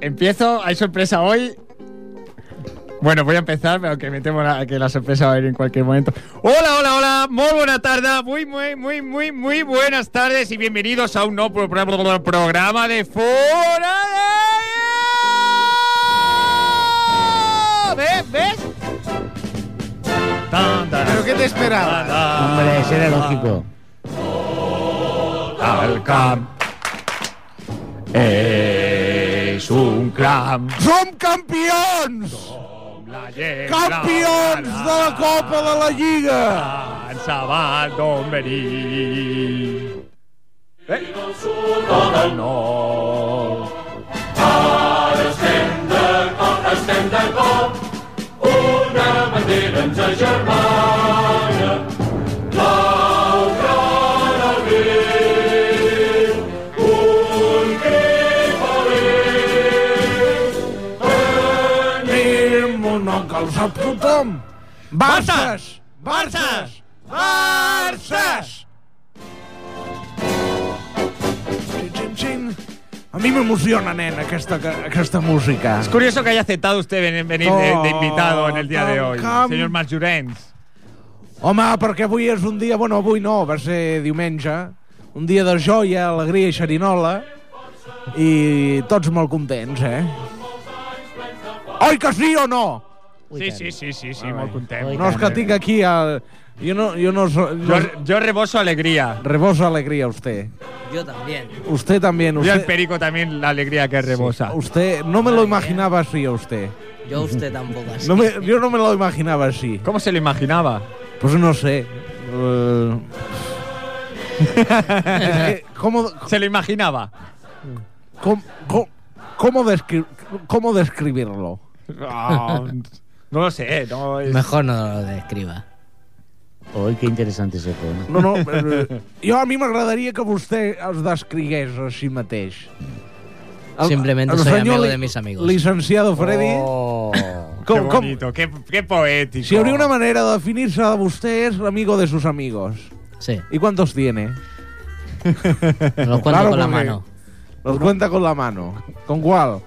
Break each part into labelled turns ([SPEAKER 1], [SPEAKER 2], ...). [SPEAKER 1] Empiezo, hay sorpresa hoy. Bueno, voy a empezar, pero que me temo la- que la sorpresa va a ir en cualquier momento. Hola, hola, hola, muy buena tarde, muy, muy, muy, muy, muy buenas tardes y bienvenidos a un nuevo pro- pro- pro- programa de Fora de... Air. ¿Ves? ¿Ves? Tan, tan,
[SPEAKER 2] ¿Pero qué te
[SPEAKER 1] tan,
[SPEAKER 2] esperabas?
[SPEAKER 1] tan.
[SPEAKER 3] Hombre, ese era lógico.
[SPEAKER 1] al camp. Es un clam.
[SPEAKER 2] Som campions! Campions de la Copa de la Lliga!
[SPEAKER 1] En Sabat d'on venim. Eh? Del nord.
[SPEAKER 2] Tenim un nom que el sap tothom. Barces! Barces! Barces! Xin, xin, xin. A mi m'emociona, nen, aquesta, aquesta música.
[SPEAKER 1] Es curioso que haya aceptado usted ven- venir de, de invitado en el día de hoy,
[SPEAKER 2] Camp.
[SPEAKER 1] señor Mas Llorenç.
[SPEAKER 2] Home, perquè avui és un dia... Bueno, avui no, va ser diumenge. Un dia de joia, alegria i xerinola. I tots molt contents, eh? Oi que sí o no?
[SPEAKER 1] Sí, sí, sí, sí, sí, molt
[SPEAKER 3] Oi,
[SPEAKER 1] content.
[SPEAKER 2] No, és que tinc aquí el... Jo no... Jo no, so-
[SPEAKER 1] Yo,
[SPEAKER 2] no
[SPEAKER 1] eh, yo reboso alegría.
[SPEAKER 2] rebosa alegria, usted.
[SPEAKER 4] Yo también.
[SPEAKER 2] Usted también,
[SPEAKER 1] Yo al
[SPEAKER 2] usted...
[SPEAKER 1] perico también la alegría que rebosa.
[SPEAKER 2] Usted, no me lo imaginaba así a usted.
[SPEAKER 4] Yo a usted tampoco así.
[SPEAKER 2] No me, yo no me lo imaginaba así.
[SPEAKER 1] ¿Cómo se lo imaginaba?
[SPEAKER 2] Pues no sé. Eh, es que, ¿cómo,
[SPEAKER 1] Se lo imaginaba.
[SPEAKER 2] cómo, cómo, cómo descri- cómo describirlo?
[SPEAKER 1] No, Ah, no lo sé, no es...
[SPEAKER 4] Mejor no lo describa.
[SPEAKER 3] Oi, que interessant és això.
[SPEAKER 2] No, no, eh, jo a mi m'agradaria que vostè es descrigués a si mateix.
[SPEAKER 4] Simplemente soy
[SPEAKER 2] senyor
[SPEAKER 4] amigo
[SPEAKER 2] li-
[SPEAKER 4] de mis amigos.
[SPEAKER 2] Licenciado Freddy,
[SPEAKER 3] Oh.
[SPEAKER 1] Qué
[SPEAKER 2] com, com,
[SPEAKER 1] bonito, qué, qué poético.
[SPEAKER 2] Si habría una manera de definirse a usted es amigo de sus amigos.
[SPEAKER 4] Sí,
[SPEAKER 2] ¿Y cuántos tiene?
[SPEAKER 4] me lo cuento
[SPEAKER 2] Claro,
[SPEAKER 4] con la
[SPEAKER 2] porque-
[SPEAKER 4] mano.
[SPEAKER 2] Los cuenta con la mano. ¿Con cuál?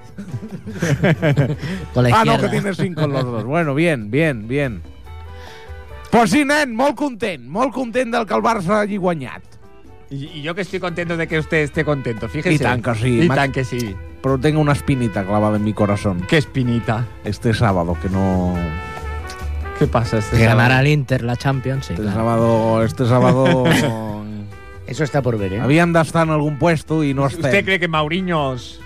[SPEAKER 4] Con la
[SPEAKER 2] Ah,
[SPEAKER 4] izquierda.
[SPEAKER 2] no, que tiene cinco los dos. Bueno, bien, bien, bien. Pues sí, nen, molt content. Molt content del que el Barça hagi guanyat.
[SPEAKER 1] Y, y yo que estoy contento de que usted esté contento, fíjese.
[SPEAKER 2] Y tan que sí,
[SPEAKER 1] Y
[SPEAKER 2] Max.
[SPEAKER 1] tan que sí.
[SPEAKER 2] Però tengo una espinita clavada en mi corazón.
[SPEAKER 1] Qué espinita.
[SPEAKER 2] Este sábado, que no...
[SPEAKER 1] ¿Qué pasa este
[SPEAKER 4] Que
[SPEAKER 1] sábado?
[SPEAKER 4] ganará el Inter la Champions, sí,
[SPEAKER 2] Este
[SPEAKER 4] claro.
[SPEAKER 2] sábado... Este sábado...
[SPEAKER 3] Eso está por ver, eh?
[SPEAKER 2] Havien d'estar en algun puesto i no
[SPEAKER 1] ¿Usted
[SPEAKER 2] estem.
[SPEAKER 1] cree que Mauriños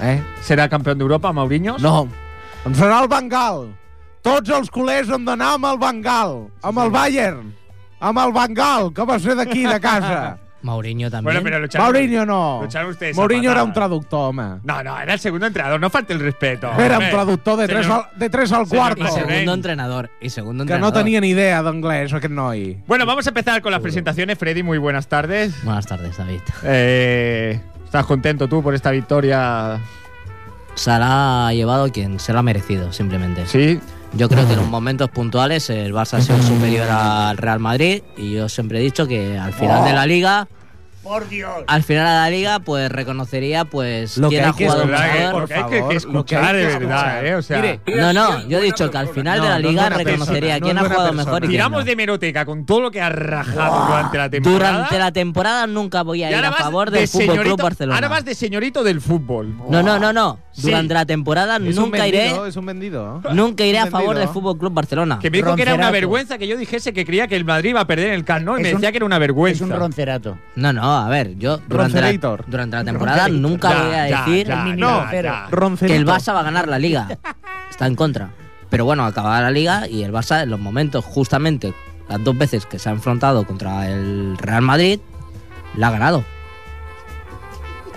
[SPEAKER 2] Eh?
[SPEAKER 1] será campeón de Europa, Mauriños?
[SPEAKER 2] No. Em serà el Bengal. Tots els culers hem d'anar amb el Bengal, amb el Bayern, amb el Bengal, que va ser d'aquí, de casa.
[SPEAKER 4] Mourinho también.
[SPEAKER 1] Bueno, pero lo echaron-
[SPEAKER 2] Mourinho no.
[SPEAKER 1] Lo echaron ustedes a
[SPEAKER 2] Mourinho
[SPEAKER 1] patada.
[SPEAKER 2] era un traductor, home.
[SPEAKER 1] No, no, era el segundo entrenador, no falte el respeto.
[SPEAKER 2] Era un
[SPEAKER 1] hombre.
[SPEAKER 2] traductor de 3 al,
[SPEAKER 1] Señor-
[SPEAKER 2] de tres al
[SPEAKER 1] señor
[SPEAKER 4] Y
[SPEAKER 1] Mourinho.
[SPEAKER 2] cuarto,
[SPEAKER 4] segundo
[SPEAKER 1] Ren.
[SPEAKER 4] entrenador. Y segundo
[SPEAKER 2] que
[SPEAKER 4] entrenador.
[SPEAKER 2] no tenia ni idea d'anglès, aquest noi.
[SPEAKER 1] Bueno, vamos a empezar con las presentaciones. Freddy, muy buenas tardes.
[SPEAKER 4] Buenas tardes, David.
[SPEAKER 1] Eh, ¿Estás contento tú por esta victoria?
[SPEAKER 4] Se la ha llevado quien se la ha merecido, simplemente.
[SPEAKER 1] Sí.
[SPEAKER 4] Yo creo que en los momentos puntuales el Barça ha sido superior al Real Madrid y yo siempre he dicho que al final
[SPEAKER 2] Oh.
[SPEAKER 4] de la liga... Por Dios. Al final de la liga, pues reconocería pues
[SPEAKER 2] Lo que
[SPEAKER 4] quién
[SPEAKER 2] hay
[SPEAKER 4] ha
[SPEAKER 2] que eh,
[SPEAKER 4] jugado
[SPEAKER 1] Es verdad que-
[SPEAKER 4] mejor.
[SPEAKER 1] porque hay que- que,
[SPEAKER 2] por favor, lo que hay
[SPEAKER 1] escuchar de
[SPEAKER 2] que
[SPEAKER 1] verdad,
[SPEAKER 2] escuchar.
[SPEAKER 1] ¿eh? O sea,
[SPEAKER 2] Mire,
[SPEAKER 4] No, no, yo he dicho que al final de la
[SPEAKER 2] No, no
[SPEAKER 4] liga
[SPEAKER 2] es buena
[SPEAKER 4] reconocería
[SPEAKER 2] persona, no
[SPEAKER 4] quién
[SPEAKER 2] es
[SPEAKER 4] ha
[SPEAKER 2] buena
[SPEAKER 4] jugado
[SPEAKER 2] persona.
[SPEAKER 4] mejor y quién
[SPEAKER 1] tiramos
[SPEAKER 4] no.
[SPEAKER 1] de meroteca con todo lo que ha rajado durante la temporada.
[SPEAKER 4] Durante la temporada nunca voy a
[SPEAKER 1] Y
[SPEAKER 4] ir
[SPEAKER 1] ahora
[SPEAKER 4] a
[SPEAKER 1] vas
[SPEAKER 4] favor del Fútbol
[SPEAKER 1] señorito-
[SPEAKER 4] Club Barcelona.
[SPEAKER 1] Ahora vas de señorito del fútbol.
[SPEAKER 4] No, no, no, no.
[SPEAKER 1] Sí.
[SPEAKER 4] Durante la temporada
[SPEAKER 2] És un
[SPEAKER 4] nunca iré,
[SPEAKER 2] vendido, És un vendido.
[SPEAKER 4] nunca iré a favor del
[SPEAKER 2] vendido.
[SPEAKER 4] Fútbol Club Barcelona.
[SPEAKER 1] Que me dijo que era una
[SPEAKER 3] Roncerazo.
[SPEAKER 1] vergüenza que yo dijese que creía que el Madrid iba a perder en el Camp Nou y
[SPEAKER 3] Es
[SPEAKER 1] me
[SPEAKER 3] un-
[SPEAKER 1] decía que era una
[SPEAKER 3] És
[SPEAKER 1] vergüenza.
[SPEAKER 3] un roncerato.
[SPEAKER 4] No, no, a ver, yo durante la,
[SPEAKER 2] Roncerator.
[SPEAKER 4] durante la temporada nunca
[SPEAKER 1] Ya,
[SPEAKER 4] voy a
[SPEAKER 1] ya,
[SPEAKER 4] decir
[SPEAKER 1] ya,
[SPEAKER 3] El
[SPEAKER 1] no,
[SPEAKER 3] minimero.
[SPEAKER 1] ya.
[SPEAKER 4] que
[SPEAKER 2] Roncerito.
[SPEAKER 4] el Barça va a ganar la liga. Está en contra. Pero bueno, acababa la liga y el Barça en los momentos justamente las dos veces que se ha enfrentado contra el Real Madrid la ha ganado.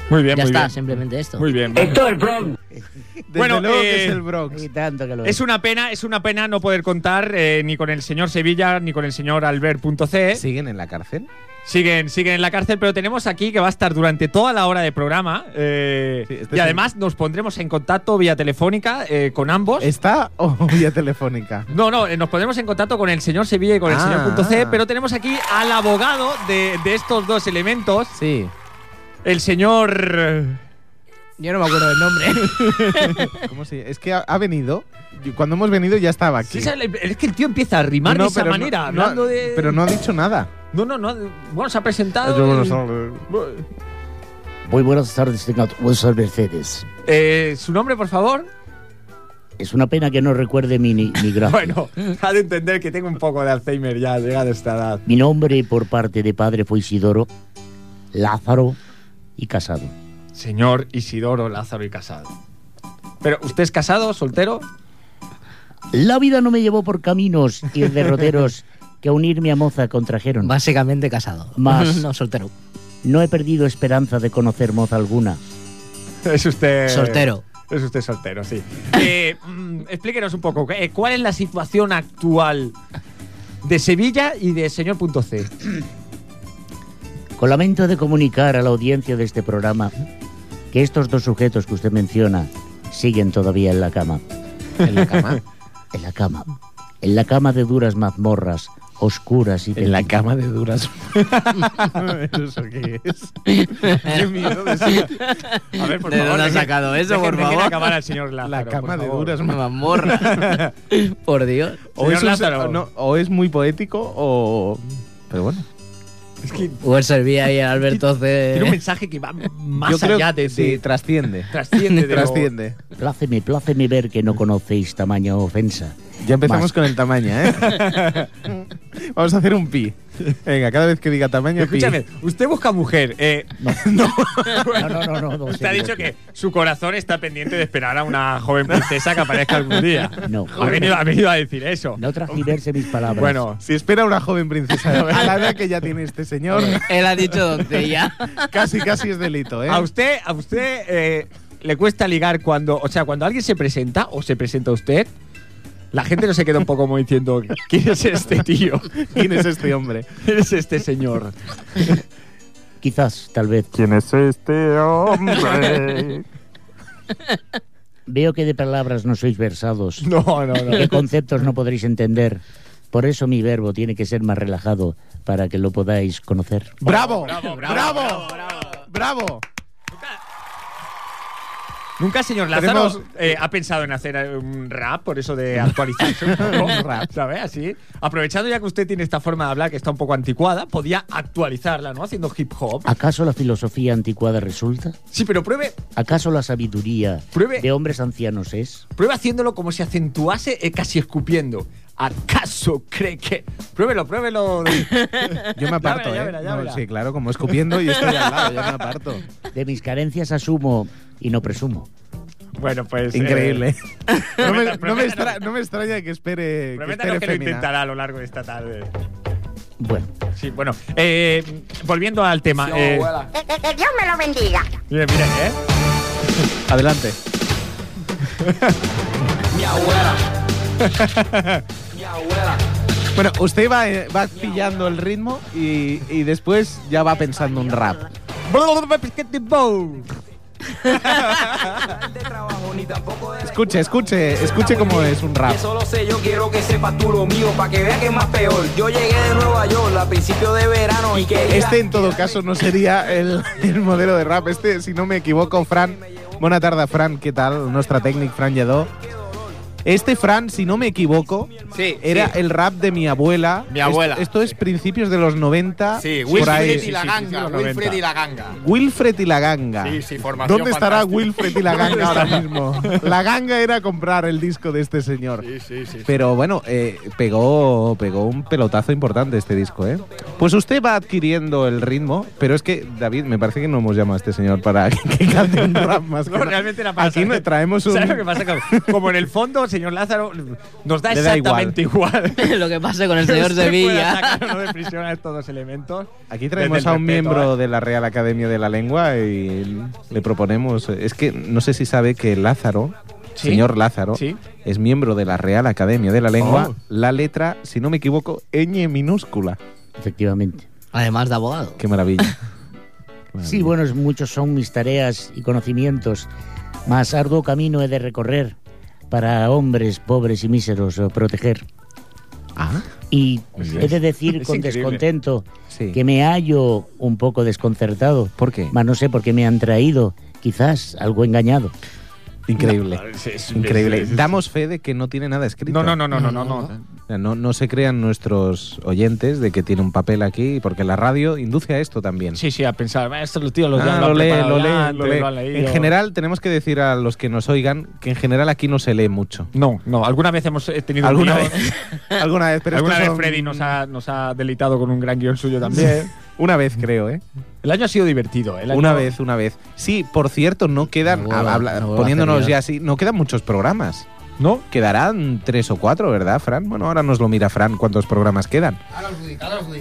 [SPEAKER 1] Muy bien,
[SPEAKER 4] Ya
[SPEAKER 1] muy
[SPEAKER 4] está,
[SPEAKER 1] bien.
[SPEAKER 4] simplemente Eh, esto.
[SPEAKER 1] Muy bien.
[SPEAKER 2] Desde
[SPEAKER 1] Bueno,
[SPEAKER 2] luego que
[SPEAKER 1] eh,
[SPEAKER 2] és el Bronx.
[SPEAKER 3] I tanto que lo
[SPEAKER 1] Es una pena, es una pena no poder contar eh, ni con el señor Sevilla ni con el señor Albert.c.
[SPEAKER 2] ¿Siguen en la cárcel?
[SPEAKER 1] Siguen, siguen en la cárcel, pero tenemos aquí que va a estar durante toda la hora de programa. eh,
[SPEAKER 2] Sí, este
[SPEAKER 1] y
[SPEAKER 2] es
[SPEAKER 1] además nos pondremos en contacto vía telefónica eh, con ambos.
[SPEAKER 2] ¿Está o vía telefónica?
[SPEAKER 1] No, no, eh, nos pondremos en contacto con el señor Sevilla y con el
[SPEAKER 2] Ah.
[SPEAKER 1] señor punto C, pero tenemos aquí al abogado de, de estos dos elementos,
[SPEAKER 2] Sí.
[SPEAKER 1] el señor eh,
[SPEAKER 5] Yo no me acuerdo del nombre.
[SPEAKER 2] ¿Cómo se- Es que ha, ha venido. y Cuando hemos venido ya estaba aquí.
[SPEAKER 6] Sí, esa- es que el tío empieza a rimar de esa
[SPEAKER 2] pero
[SPEAKER 6] manera,
[SPEAKER 2] no-
[SPEAKER 6] hablando
[SPEAKER 2] no-
[SPEAKER 6] de.
[SPEAKER 2] Pero no ha dicho nada.
[SPEAKER 6] No, no, no. Bueno, se ha
[SPEAKER 1] Ah,
[SPEAKER 6] presentado. y-
[SPEAKER 3] Muy buenas tardes, tenga vuestras mercedes.
[SPEAKER 6] Eh, ¿Su nombre, por favor?
[SPEAKER 3] Es una pena que no recuerde mi, ni- mi gracia.
[SPEAKER 1] Bueno, ha de entender que tengo un poco de Alzheimer ya, llegada esta edad.
[SPEAKER 3] Mi nombre por parte de padre fue Isidoro, Lázaro y Casado.
[SPEAKER 1] Señor Isidoro Lázaro y Casado. Pero, ¿usted es casado, soltero?
[SPEAKER 3] La vida no me llevó por caminos y derroteros que a unirme a moza contrajeron.
[SPEAKER 4] Básicamente casado.
[SPEAKER 3] Más.
[SPEAKER 4] no, soltero.
[SPEAKER 3] No he perdido esperanza de conocer moza alguna.
[SPEAKER 1] Es usted.
[SPEAKER 4] Soltero.
[SPEAKER 1] Es usted soltero, sí.
[SPEAKER 6] Eh, mm, explíquenos un poco, eh, ¿cuál es la situación actual de Sevilla y de señor punto C?
[SPEAKER 3] Con lamento de comunicar a la audiencia de este programa que estos dos sujetos que usted menciona siguen todavía en la cama.
[SPEAKER 5] En la cama.
[SPEAKER 3] En la cama. En la cama de duras mazmorras, oscuras y
[SPEAKER 5] En la
[SPEAKER 3] del-
[SPEAKER 5] cama de duras.
[SPEAKER 2] ¿Eso qué es? Qué miedo de ser.
[SPEAKER 1] A ver, por
[SPEAKER 4] ¿De
[SPEAKER 1] favor.
[SPEAKER 4] dónde ha
[SPEAKER 1] deje-
[SPEAKER 4] sacado eso, por
[SPEAKER 1] déjenme que le
[SPEAKER 4] favor?
[SPEAKER 1] acabar al señor Lázaro.
[SPEAKER 2] La
[SPEAKER 1] por
[SPEAKER 2] cama de
[SPEAKER 1] favor.
[SPEAKER 2] duras
[SPEAKER 4] Una mazmorra. por Dios.
[SPEAKER 2] O es,
[SPEAKER 1] Señor
[SPEAKER 2] un-
[SPEAKER 1] Lázaro.
[SPEAKER 2] no, o es muy poético o. Pero bueno.
[SPEAKER 1] Es que
[SPEAKER 4] O él servía Pues ahí al Alberto C.
[SPEAKER 1] Eh.
[SPEAKER 6] Tiene un mensaje que va más
[SPEAKER 2] yo creo
[SPEAKER 6] allá de, de-
[SPEAKER 2] que sí, trasciende.
[SPEAKER 6] trasciende de lo-
[SPEAKER 2] Trasciende.
[SPEAKER 3] Pláceme, pláceme ver que no conocéis tamaña ofensa.
[SPEAKER 2] Ya empezamos
[SPEAKER 3] Más.
[SPEAKER 2] con el tamaño, ¿eh? Vamos a hacer un pi. Venga, cada vez que diga tamaño,
[SPEAKER 1] Escúchame,
[SPEAKER 2] pi.
[SPEAKER 1] usted busca mujer. Eh,
[SPEAKER 3] No, no, no, no. no,
[SPEAKER 1] usted ha
[SPEAKER 3] señor.
[SPEAKER 1] dicho que su corazón está pendiente de esperar a una joven princesa que aparezca algún día.
[SPEAKER 3] No.
[SPEAKER 1] Ha venido, ha venido a decir eso.
[SPEAKER 3] No transgiverse mis palabras.
[SPEAKER 1] Bueno,
[SPEAKER 2] Si espera una joven princesa a la edad que ya tiene este señor,
[SPEAKER 4] Él ha dicho doncella.
[SPEAKER 2] casi casi es delito, ¿eh?
[SPEAKER 1] a
[SPEAKER 2] A
[SPEAKER 1] usted, a usted eh,
[SPEAKER 6] Le cuesta ligar cuando, o sea, cuando alguien se presenta o se presenta usted, la gente no se queda un poco como diciendo, ¿quién es este tío?
[SPEAKER 2] ¿Quién es este hombre?
[SPEAKER 6] ¿Quién es este señor?
[SPEAKER 3] Quizás, tal vez.
[SPEAKER 7] ¿Quién es este hombre?
[SPEAKER 3] Veo que de palabras no sois versados.
[SPEAKER 1] No, no, no.
[SPEAKER 3] ¿Qué conceptos no podréis entender? Por eso mi verbo tiene que ser más relajado para que lo podáis conocer.
[SPEAKER 2] ¡Bravo!
[SPEAKER 1] bravo,
[SPEAKER 2] ¡Bravo!
[SPEAKER 1] bravo,
[SPEAKER 2] ¡Bravo!
[SPEAKER 1] Nunca, señor Lázaro,
[SPEAKER 2] Tenemos-
[SPEAKER 1] eh, ha pensado en hacer eh, un rap, por eso de actualizarse un poco.
[SPEAKER 2] Un rap.
[SPEAKER 1] ¿Sabe? Así. Aprovechando ya que usted tiene esta forma de hablar que está un poco anticuada, podía actualizarla, ¿no? Haciendo hip hop.
[SPEAKER 3] ¿Acaso la filosofía anticuada resulta?
[SPEAKER 1] Sí, pero pruebe,
[SPEAKER 3] ¿Acaso la sabiduría
[SPEAKER 1] Pruebe.
[SPEAKER 3] de hombres ancianos es?
[SPEAKER 1] pruebe haciéndolo como si acentuase eh, casi escupiendo. ¿Acaso cree que.? Pruébelo, pruébelo.
[SPEAKER 2] Yo me aparto,
[SPEAKER 1] verá, ya
[SPEAKER 2] ¿eh?
[SPEAKER 1] verá, ya
[SPEAKER 2] No,
[SPEAKER 1] verá.
[SPEAKER 2] sí, claro, como escupiendo y estoy al lado, ya me aparto.
[SPEAKER 3] De mis carencias asumo y no presumo.
[SPEAKER 1] bueno, pues. eh,
[SPEAKER 2] Increíble. No me,
[SPEAKER 1] Prometa-
[SPEAKER 2] no
[SPEAKER 1] prométanos-
[SPEAKER 2] me extra- no me extraña que espere. Que
[SPEAKER 1] Prométanos
[SPEAKER 2] espere
[SPEAKER 1] que lo
[SPEAKER 2] fémina.
[SPEAKER 1] intentará a lo largo de esta tarde.
[SPEAKER 3] Bueno,
[SPEAKER 1] Sí, bueno. eh, volviendo al tema. eh,
[SPEAKER 8] Que, que- que Dios me lo bendiga.
[SPEAKER 1] mire, mire, ¿eh?
[SPEAKER 2] Adelante. Bueno, usted va, eh, va pillando el ritmo y, y después ya va pensando un rap. Escuche, escuche, escuche cómo es un rap.
[SPEAKER 9] Que solo sé, yo quiero que sepas tú lo mío, pa' que veas que es más peor. Yo llegué de Nueva York a principio de verano y que
[SPEAKER 2] Este en todo caso no sería el, el modelo de rap. Este, si no me equivoco, Fran. Buena tarde, Fran. ¿Qué tal? Nuestra técnica, Fran Lledó. Este Fran, si no me equivoco,
[SPEAKER 10] Sí,
[SPEAKER 2] era
[SPEAKER 10] sí.
[SPEAKER 2] el rap de mi abuela.
[SPEAKER 10] Mi abuela.
[SPEAKER 2] Esto, esto es principios de los 90.
[SPEAKER 10] Sí,
[SPEAKER 2] por ahí.
[SPEAKER 10] Wilfred y la
[SPEAKER 2] Sí, sí, sí,
[SPEAKER 10] ganga,
[SPEAKER 2] los
[SPEAKER 10] Wilfred
[SPEAKER 2] 90.
[SPEAKER 10] y la ganga.
[SPEAKER 2] Wilfred y la ganga.
[SPEAKER 10] Sí, sí, formación
[SPEAKER 2] ¿Dónde estará
[SPEAKER 10] fantástica.
[SPEAKER 2] Wilfred y la ganga ahora mismo? La ganga era comprar el disco de este señor.
[SPEAKER 10] Sí, sí, sí.
[SPEAKER 2] Pero bueno, eh, pegó, pegó un pelotazo importante este disco, ¿eh? Pues usted va adquiriendo el ritmo, pero es que, David, me parece que no hemos llamado a este señor para que cante un rap más que
[SPEAKER 1] No,
[SPEAKER 2] nada.
[SPEAKER 1] realmente era para
[SPEAKER 2] Aquí no traemos un...
[SPEAKER 1] ¿Sabes lo que pasa? Que Como en el fondo, señor Lázaro, nos da
[SPEAKER 2] Le da
[SPEAKER 1] exactamente igual.
[SPEAKER 4] Lo que pasa con el señor
[SPEAKER 1] Usted pueda
[SPEAKER 4] Sevilla.
[SPEAKER 1] sacar o no de prisión a estos dos elementos.
[SPEAKER 2] Aquí
[SPEAKER 1] Desde
[SPEAKER 2] traemos
[SPEAKER 1] el
[SPEAKER 2] a un
[SPEAKER 1] respeto,
[SPEAKER 2] miembro
[SPEAKER 1] ¿eh?
[SPEAKER 2] de la Real Academia de la Lengua y le proponemos. Es que no sé si sabe que Lázaro,
[SPEAKER 1] Sí.
[SPEAKER 2] señor Lázaro,
[SPEAKER 1] Sí. Oh.
[SPEAKER 2] es miembro de la Real Academia de la Lengua. La letra, si no me equivoco, ñ minúscula.
[SPEAKER 3] efectivamente.
[SPEAKER 4] Además de abogado.
[SPEAKER 2] Qué maravilla.
[SPEAKER 3] Sí, bueno, es- muchos son mis tareas y conocimientos, más arduo camino he de recorrer para hombres pobres y míseros eh, proteger.
[SPEAKER 2] Ah,
[SPEAKER 3] Y he de decir
[SPEAKER 1] Es
[SPEAKER 3] con
[SPEAKER 1] increíble.
[SPEAKER 3] descontento
[SPEAKER 2] Sí.
[SPEAKER 3] que me hallo un poco desconcertado,
[SPEAKER 2] ¿Por qué?
[SPEAKER 3] mas no sé por qué me han traído. quizás algo engañado.
[SPEAKER 2] Increíble.
[SPEAKER 1] Es- es-
[SPEAKER 2] Increíble.
[SPEAKER 1] es- es-
[SPEAKER 2] Damos fe de que no tiene nada escrito.
[SPEAKER 1] No, no, no, no, no, no. no.
[SPEAKER 2] O sea, no- no se crean nuestros oyentes de que tiene un papel aquí, porque la radio induce a esto también.
[SPEAKER 1] Sí, sí, a pensar, "Ah, esto los tíos los
[SPEAKER 2] Ah,
[SPEAKER 1] ya
[SPEAKER 2] lo
[SPEAKER 1] han
[SPEAKER 2] lee,
[SPEAKER 1] preparado
[SPEAKER 2] lo lee,
[SPEAKER 1] ya,
[SPEAKER 2] lo
[SPEAKER 1] lo
[SPEAKER 2] lee.
[SPEAKER 1] han leído".
[SPEAKER 2] En general, tenemos que decir a los que nos oigan que en general aquí no se lee mucho.
[SPEAKER 1] No, no, alguna vez hemos eh, tenido un
[SPEAKER 2] Alguna
[SPEAKER 1] guión.
[SPEAKER 2] vez. Alguna vez, pero
[SPEAKER 1] Alguna
[SPEAKER 2] estos
[SPEAKER 1] vez
[SPEAKER 2] son-
[SPEAKER 1] Freddy nos ha, nos ha delitado con un gran guión suyo también.
[SPEAKER 2] Una vez, creo, ¿eh?
[SPEAKER 1] El año ha sido divertido. El año-
[SPEAKER 2] Una vez, una vez. Sí, por cierto, no quedan,
[SPEAKER 4] No vuelvo,
[SPEAKER 2] habla-
[SPEAKER 4] no vuelvo a
[SPEAKER 2] poniéndonos
[SPEAKER 4] hacer
[SPEAKER 2] ya así, no quedan muchos programas.
[SPEAKER 1] ¿No?
[SPEAKER 2] Quedarán tres o cuatro, ¿verdad, Fran? Bueno, ahora nos lo mira Fran cuántos programas quedan.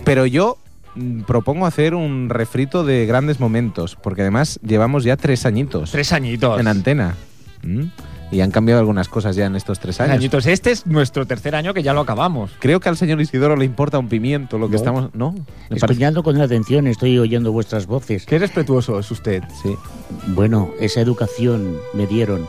[SPEAKER 2] Pero yo mm, propongo hacer un refrito de grandes momentos, porque además llevamos ya tres añitos
[SPEAKER 1] Tres añitos.
[SPEAKER 2] en antena. ¿Mm? Y han cambiado algunas cosas ya en estos tres
[SPEAKER 1] Tres
[SPEAKER 2] años.
[SPEAKER 1] añitos. Este es nuestro tercer año que ya lo acabamos.
[SPEAKER 2] Creo que al señor Isidoro le importa un pimiento lo que
[SPEAKER 1] No.
[SPEAKER 2] estamos. No, Me parece-
[SPEAKER 3] Escuchando con atención, estoy oyendo vuestras voces.
[SPEAKER 1] Qué respetuoso es usted.
[SPEAKER 2] Sí.
[SPEAKER 3] Bueno, esa educación me dieron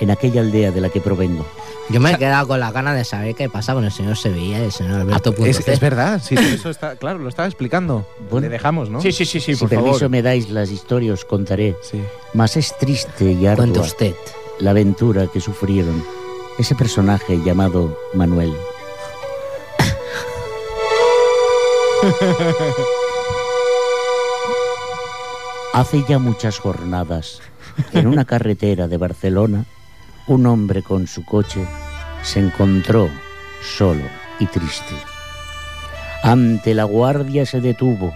[SPEAKER 3] en aquella aldea de la que provengo.
[SPEAKER 4] Yo me he quedado con las ganas de saber qué pasa con el señor Sevilla y el señor Alberto Punto
[SPEAKER 2] Es,
[SPEAKER 4] C.
[SPEAKER 2] es verdad, sí, sí, eso está. Claro, lo estaba explicando.
[SPEAKER 3] Bueno.
[SPEAKER 2] Le dejamos, ¿no?
[SPEAKER 1] Sí, sí, sí, sí,
[SPEAKER 3] si
[SPEAKER 1] por
[SPEAKER 3] permiso
[SPEAKER 1] favor.
[SPEAKER 3] me dais las historias, os contaré.
[SPEAKER 2] Sí.
[SPEAKER 3] Mas es triste y ardua
[SPEAKER 4] Cuente usted.
[SPEAKER 3] la aventura que sufrieron ese personaje llamado Manuel. Hace ya muchas jornadas, en una carretera de Barcelona, un hombre con su coche se encontró solo y triste. Ante la guardia se detuvo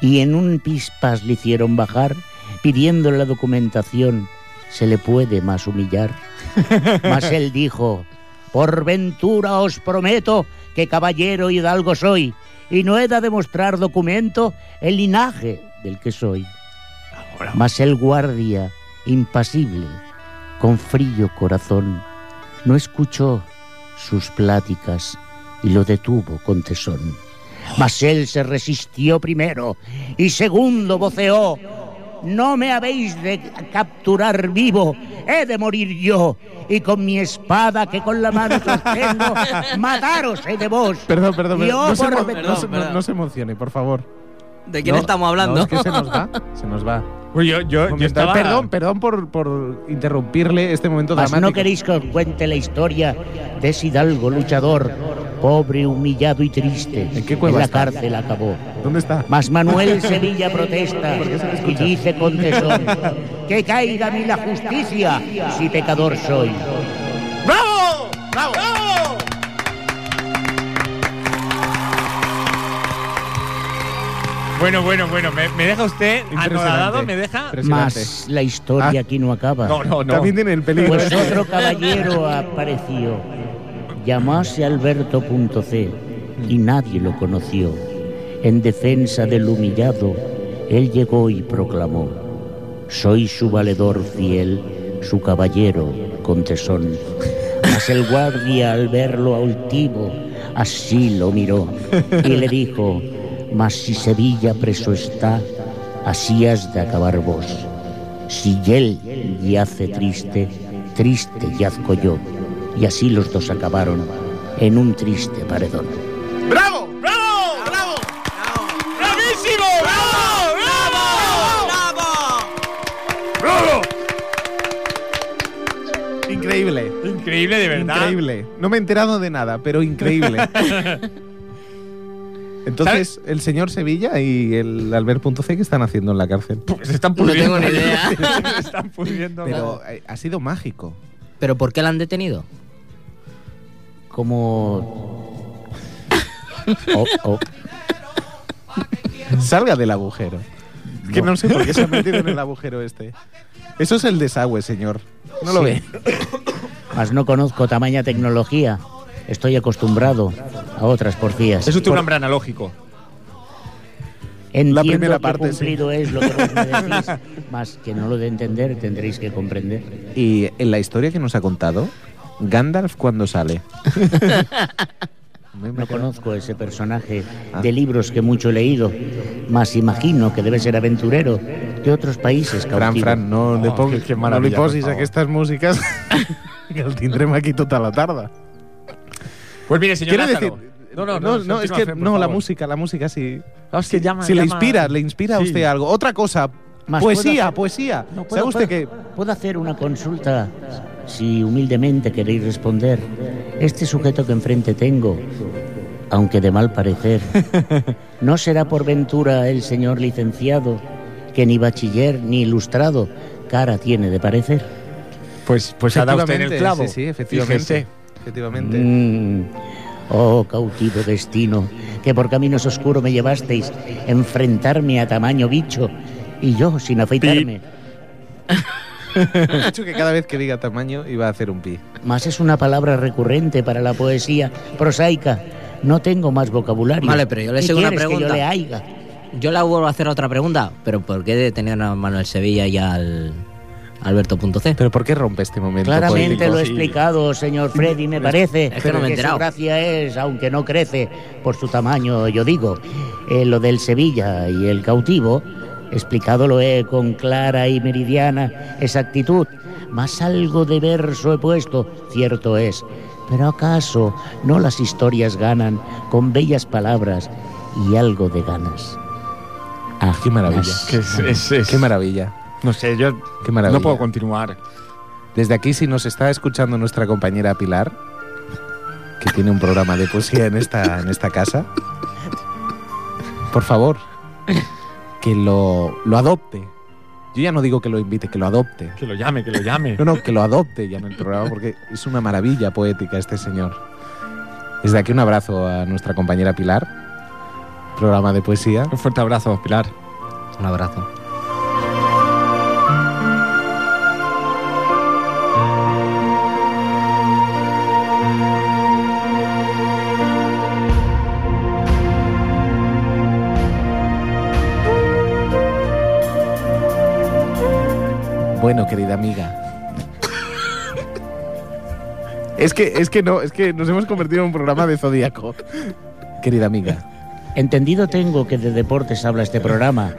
[SPEAKER 3] y en un pispas le hicieron bajar pidiéndole la documentación. Se le puede más humillar. Mas él dijo, por ventura os prometo que caballero hidalgo soy y no he de demostrar documento el linaje del que soy. Mas el guardia, impasible, con frío corazón, no escuchó sus pláticas y lo detuvo con tesón. Mas él se resistió primero y segundo voceó. No me habéis de capturar vivo, he de morir yo, y con mi espada que con la mano sostengo, mataros he de vos.
[SPEAKER 2] Perdón, perdón,
[SPEAKER 3] Yo
[SPEAKER 2] perdón. No, se
[SPEAKER 3] por-
[SPEAKER 2] emo-
[SPEAKER 4] perdón,
[SPEAKER 2] no se- no-
[SPEAKER 4] perdón.
[SPEAKER 2] no se emocione, por favor.
[SPEAKER 4] ¿De quién
[SPEAKER 2] No,
[SPEAKER 4] estamos hablando?
[SPEAKER 2] no, es que se nos va. Se nos va.
[SPEAKER 1] Uy, yo, yo, yo estaba...
[SPEAKER 2] Perdón, perdón por, por interrumpirle este momento
[SPEAKER 3] Mas
[SPEAKER 2] dramático.
[SPEAKER 3] no queréis que os cuente la historia de ese hidalgo luchador, pobre, humillado y triste.
[SPEAKER 2] ¿En qué cueva
[SPEAKER 3] la
[SPEAKER 2] está?
[SPEAKER 3] cárcel acabó.
[SPEAKER 2] ¿Dónde está?
[SPEAKER 3] Mas Manuel Sevilla protesta y dice con tesón, que caiga a mí la justicia si pecador soy.
[SPEAKER 1] ¡Bravo! ¡Bravo! ¡Bravo! Bueno, bueno, bueno, me, me deja usted
[SPEAKER 2] Impresionante.
[SPEAKER 1] anodadado, me deja...
[SPEAKER 2] Impresionante.
[SPEAKER 3] Mas la historia
[SPEAKER 2] Ah.
[SPEAKER 3] aquí no acaba.
[SPEAKER 1] No, no, no.
[SPEAKER 2] También tiene el peligro.
[SPEAKER 3] Pues otro caballero apareció. Llamase Alberto Punto C y nadie lo conoció. En defensa del humillado, él llegó y proclamó: Soy su valedor fiel, su caballero con tesón. Mas el guardia al verlo altivo, así lo miró y le dijo: Mas si Sevilla preso está, así has de acabar vos. Si él yace triste, triste yazco yo. Y así los dos acabaron en un triste paredón.
[SPEAKER 1] ¡Bravo! ¡Bravo! ¡Bravo! ¡Bravísimo! ¡Bravo! ¡Bravo! ¡Bravo!
[SPEAKER 2] Increíble.
[SPEAKER 1] Increíble, de verdad.
[SPEAKER 2] Increíble. No me he enterado de nada, pero increíble. Entonces, el señor Sevilla y el Albert.c, ¿qué están haciendo en la cárcel?
[SPEAKER 1] Se están
[SPEAKER 4] No
[SPEAKER 1] pudriendo.
[SPEAKER 4] tengo ni idea.
[SPEAKER 1] Se están pudriendo.
[SPEAKER 2] Pero eh, ha sido mágico.
[SPEAKER 4] ¿Pero por qué la han detenido?
[SPEAKER 3] Como. Oh, oh.
[SPEAKER 2] Salga del agujero. Es que
[SPEAKER 3] No.
[SPEAKER 2] no sé por qué se ha metido en el agujero este. Eso es el desagüe, señor. No lo ve.
[SPEAKER 3] Mas no conozco tamaña tecnología. Estoy acostumbrado a otras porfías.
[SPEAKER 1] Es usted un hombre analógico.
[SPEAKER 3] Entiendo
[SPEAKER 2] la primera
[SPEAKER 3] que
[SPEAKER 2] parte, sí.
[SPEAKER 3] cumplido es lo que vos me decís, mas que no lo de entender tendréis que comprender.
[SPEAKER 2] Y en la historia que nos ha contado, Gandalf cuando sale. Me- me
[SPEAKER 3] No
[SPEAKER 2] quedo-
[SPEAKER 3] conozco ese personaje
[SPEAKER 2] Ah.
[SPEAKER 3] de libros que mucho he leído, mas imagino que debe ser aventurero de otros países
[SPEAKER 2] Fran,
[SPEAKER 3] cautivo.
[SPEAKER 2] Fran, no le
[SPEAKER 1] Oh,
[SPEAKER 2] ponguis,
[SPEAKER 1] qué- qué
[SPEAKER 2] no li
[SPEAKER 1] maravilla,
[SPEAKER 2] posis
[SPEAKER 1] per favor.
[SPEAKER 2] aquestes músiques que el tindrem aquí tota la tarda.
[SPEAKER 1] Pues mire, señor
[SPEAKER 2] Quiero
[SPEAKER 1] Lázaro.
[SPEAKER 2] decir,
[SPEAKER 1] No, no,
[SPEAKER 2] no,
[SPEAKER 1] no,
[SPEAKER 2] es
[SPEAKER 1] continúa,
[SPEAKER 2] que
[SPEAKER 1] Fer, por
[SPEAKER 2] no, la
[SPEAKER 1] favor.
[SPEAKER 2] música, la música sí.
[SPEAKER 1] Ah, es que llama-
[SPEAKER 2] si le
[SPEAKER 1] llama-
[SPEAKER 2] inspira, le inspira a
[SPEAKER 1] Sí.
[SPEAKER 2] usted algo. Otra cosa,
[SPEAKER 3] Más
[SPEAKER 2] poesía,
[SPEAKER 3] puedo
[SPEAKER 2] poesía.
[SPEAKER 3] No, puedo-
[SPEAKER 2] ¿Sabe usted que
[SPEAKER 3] puedo- ¿Puedo hacer una consulta? Si humildemente queréis responder. Este sujeto que enfrente tengo, aunque de mal parecer, ¿no será por ventura el señor licenciado, que ni bachiller ni ilustrado cara tiene de parecer?
[SPEAKER 1] Pues, pues ha dado usted en el
[SPEAKER 2] Efectivamente,
[SPEAKER 1] clavo.
[SPEAKER 2] Sí, sí, efectivamente.
[SPEAKER 1] Fíjense.
[SPEAKER 2] Efectivamente.
[SPEAKER 3] Mm. Oh, cautivo destino, que por caminos oscuros me llevasteis, enfrentarme a tamaño bicho, y yo sin afeitarme.
[SPEAKER 2] De hecho, que cada vez que diga tamaño iba a hacer un pi.
[SPEAKER 3] Más es una palabra recurrente para la poesía prosaica. No tengo más vocabulario.
[SPEAKER 4] Vale, pero yo le
[SPEAKER 3] ¿Qué
[SPEAKER 4] sigo una
[SPEAKER 3] quieres que yo
[SPEAKER 4] pregunta?
[SPEAKER 3] le haiga?
[SPEAKER 4] Yo le vuelvo a hacer otra pregunta, pero ¿por qué detener a Manuel Sevilla y al Alberto.c?
[SPEAKER 2] Pero ¿por qué rompe este momento?
[SPEAKER 3] Claramente
[SPEAKER 2] político?
[SPEAKER 3] lo he explicado, señor Freddy, me parece.
[SPEAKER 4] es que no me he
[SPEAKER 3] porque
[SPEAKER 4] enterado.
[SPEAKER 3] Su gracia es, aunque no crece por su tamaño, yo digo. Eh, lo del Sevilla y el cautivo, explicado lo he con clara y meridiana exactitud. Más algo de verso he puesto, cierto es. Pero acaso no las historias ganan con bellas palabras y algo de ganas. Ah,
[SPEAKER 2] Qué maravilla.
[SPEAKER 1] Que es- es- es-
[SPEAKER 2] Qué maravilla.
[SPEAKER 1] No sé, yo
[SPEAKER 2] Qué maravilla.
[SPEAKER 1] no puedo continuar.
[SPEAKER 2] Desde aquí, si nos está escuchando nuestra compañera Pilar, que tiene un programa de poesía en esta, en esta casa, por favor, que lo, lo adopte. Yo ya no digo que lo invite, que lo adopte.
[SPEAKER 1] Que lo llame, que lo llame.
[SPEAKER 2] No, no, que lo adopte ya en el programa, porque es una maravilla poética este señor. Desde aquí un abrazo a nuestra compañera Pilar, programa de poesía.
[SPEAKER 1] Un fuerte abrazo, Pilar.
[SPEAKER 4] Un abrazo.
[SPEAKER 2] Bueno, querida amiga. Es que, es que no, es que nos hemos convertido en un programa de zodíaco. Querida amiga.
[SPEAKER 3] Entendido tengo que de deportes habla este programa.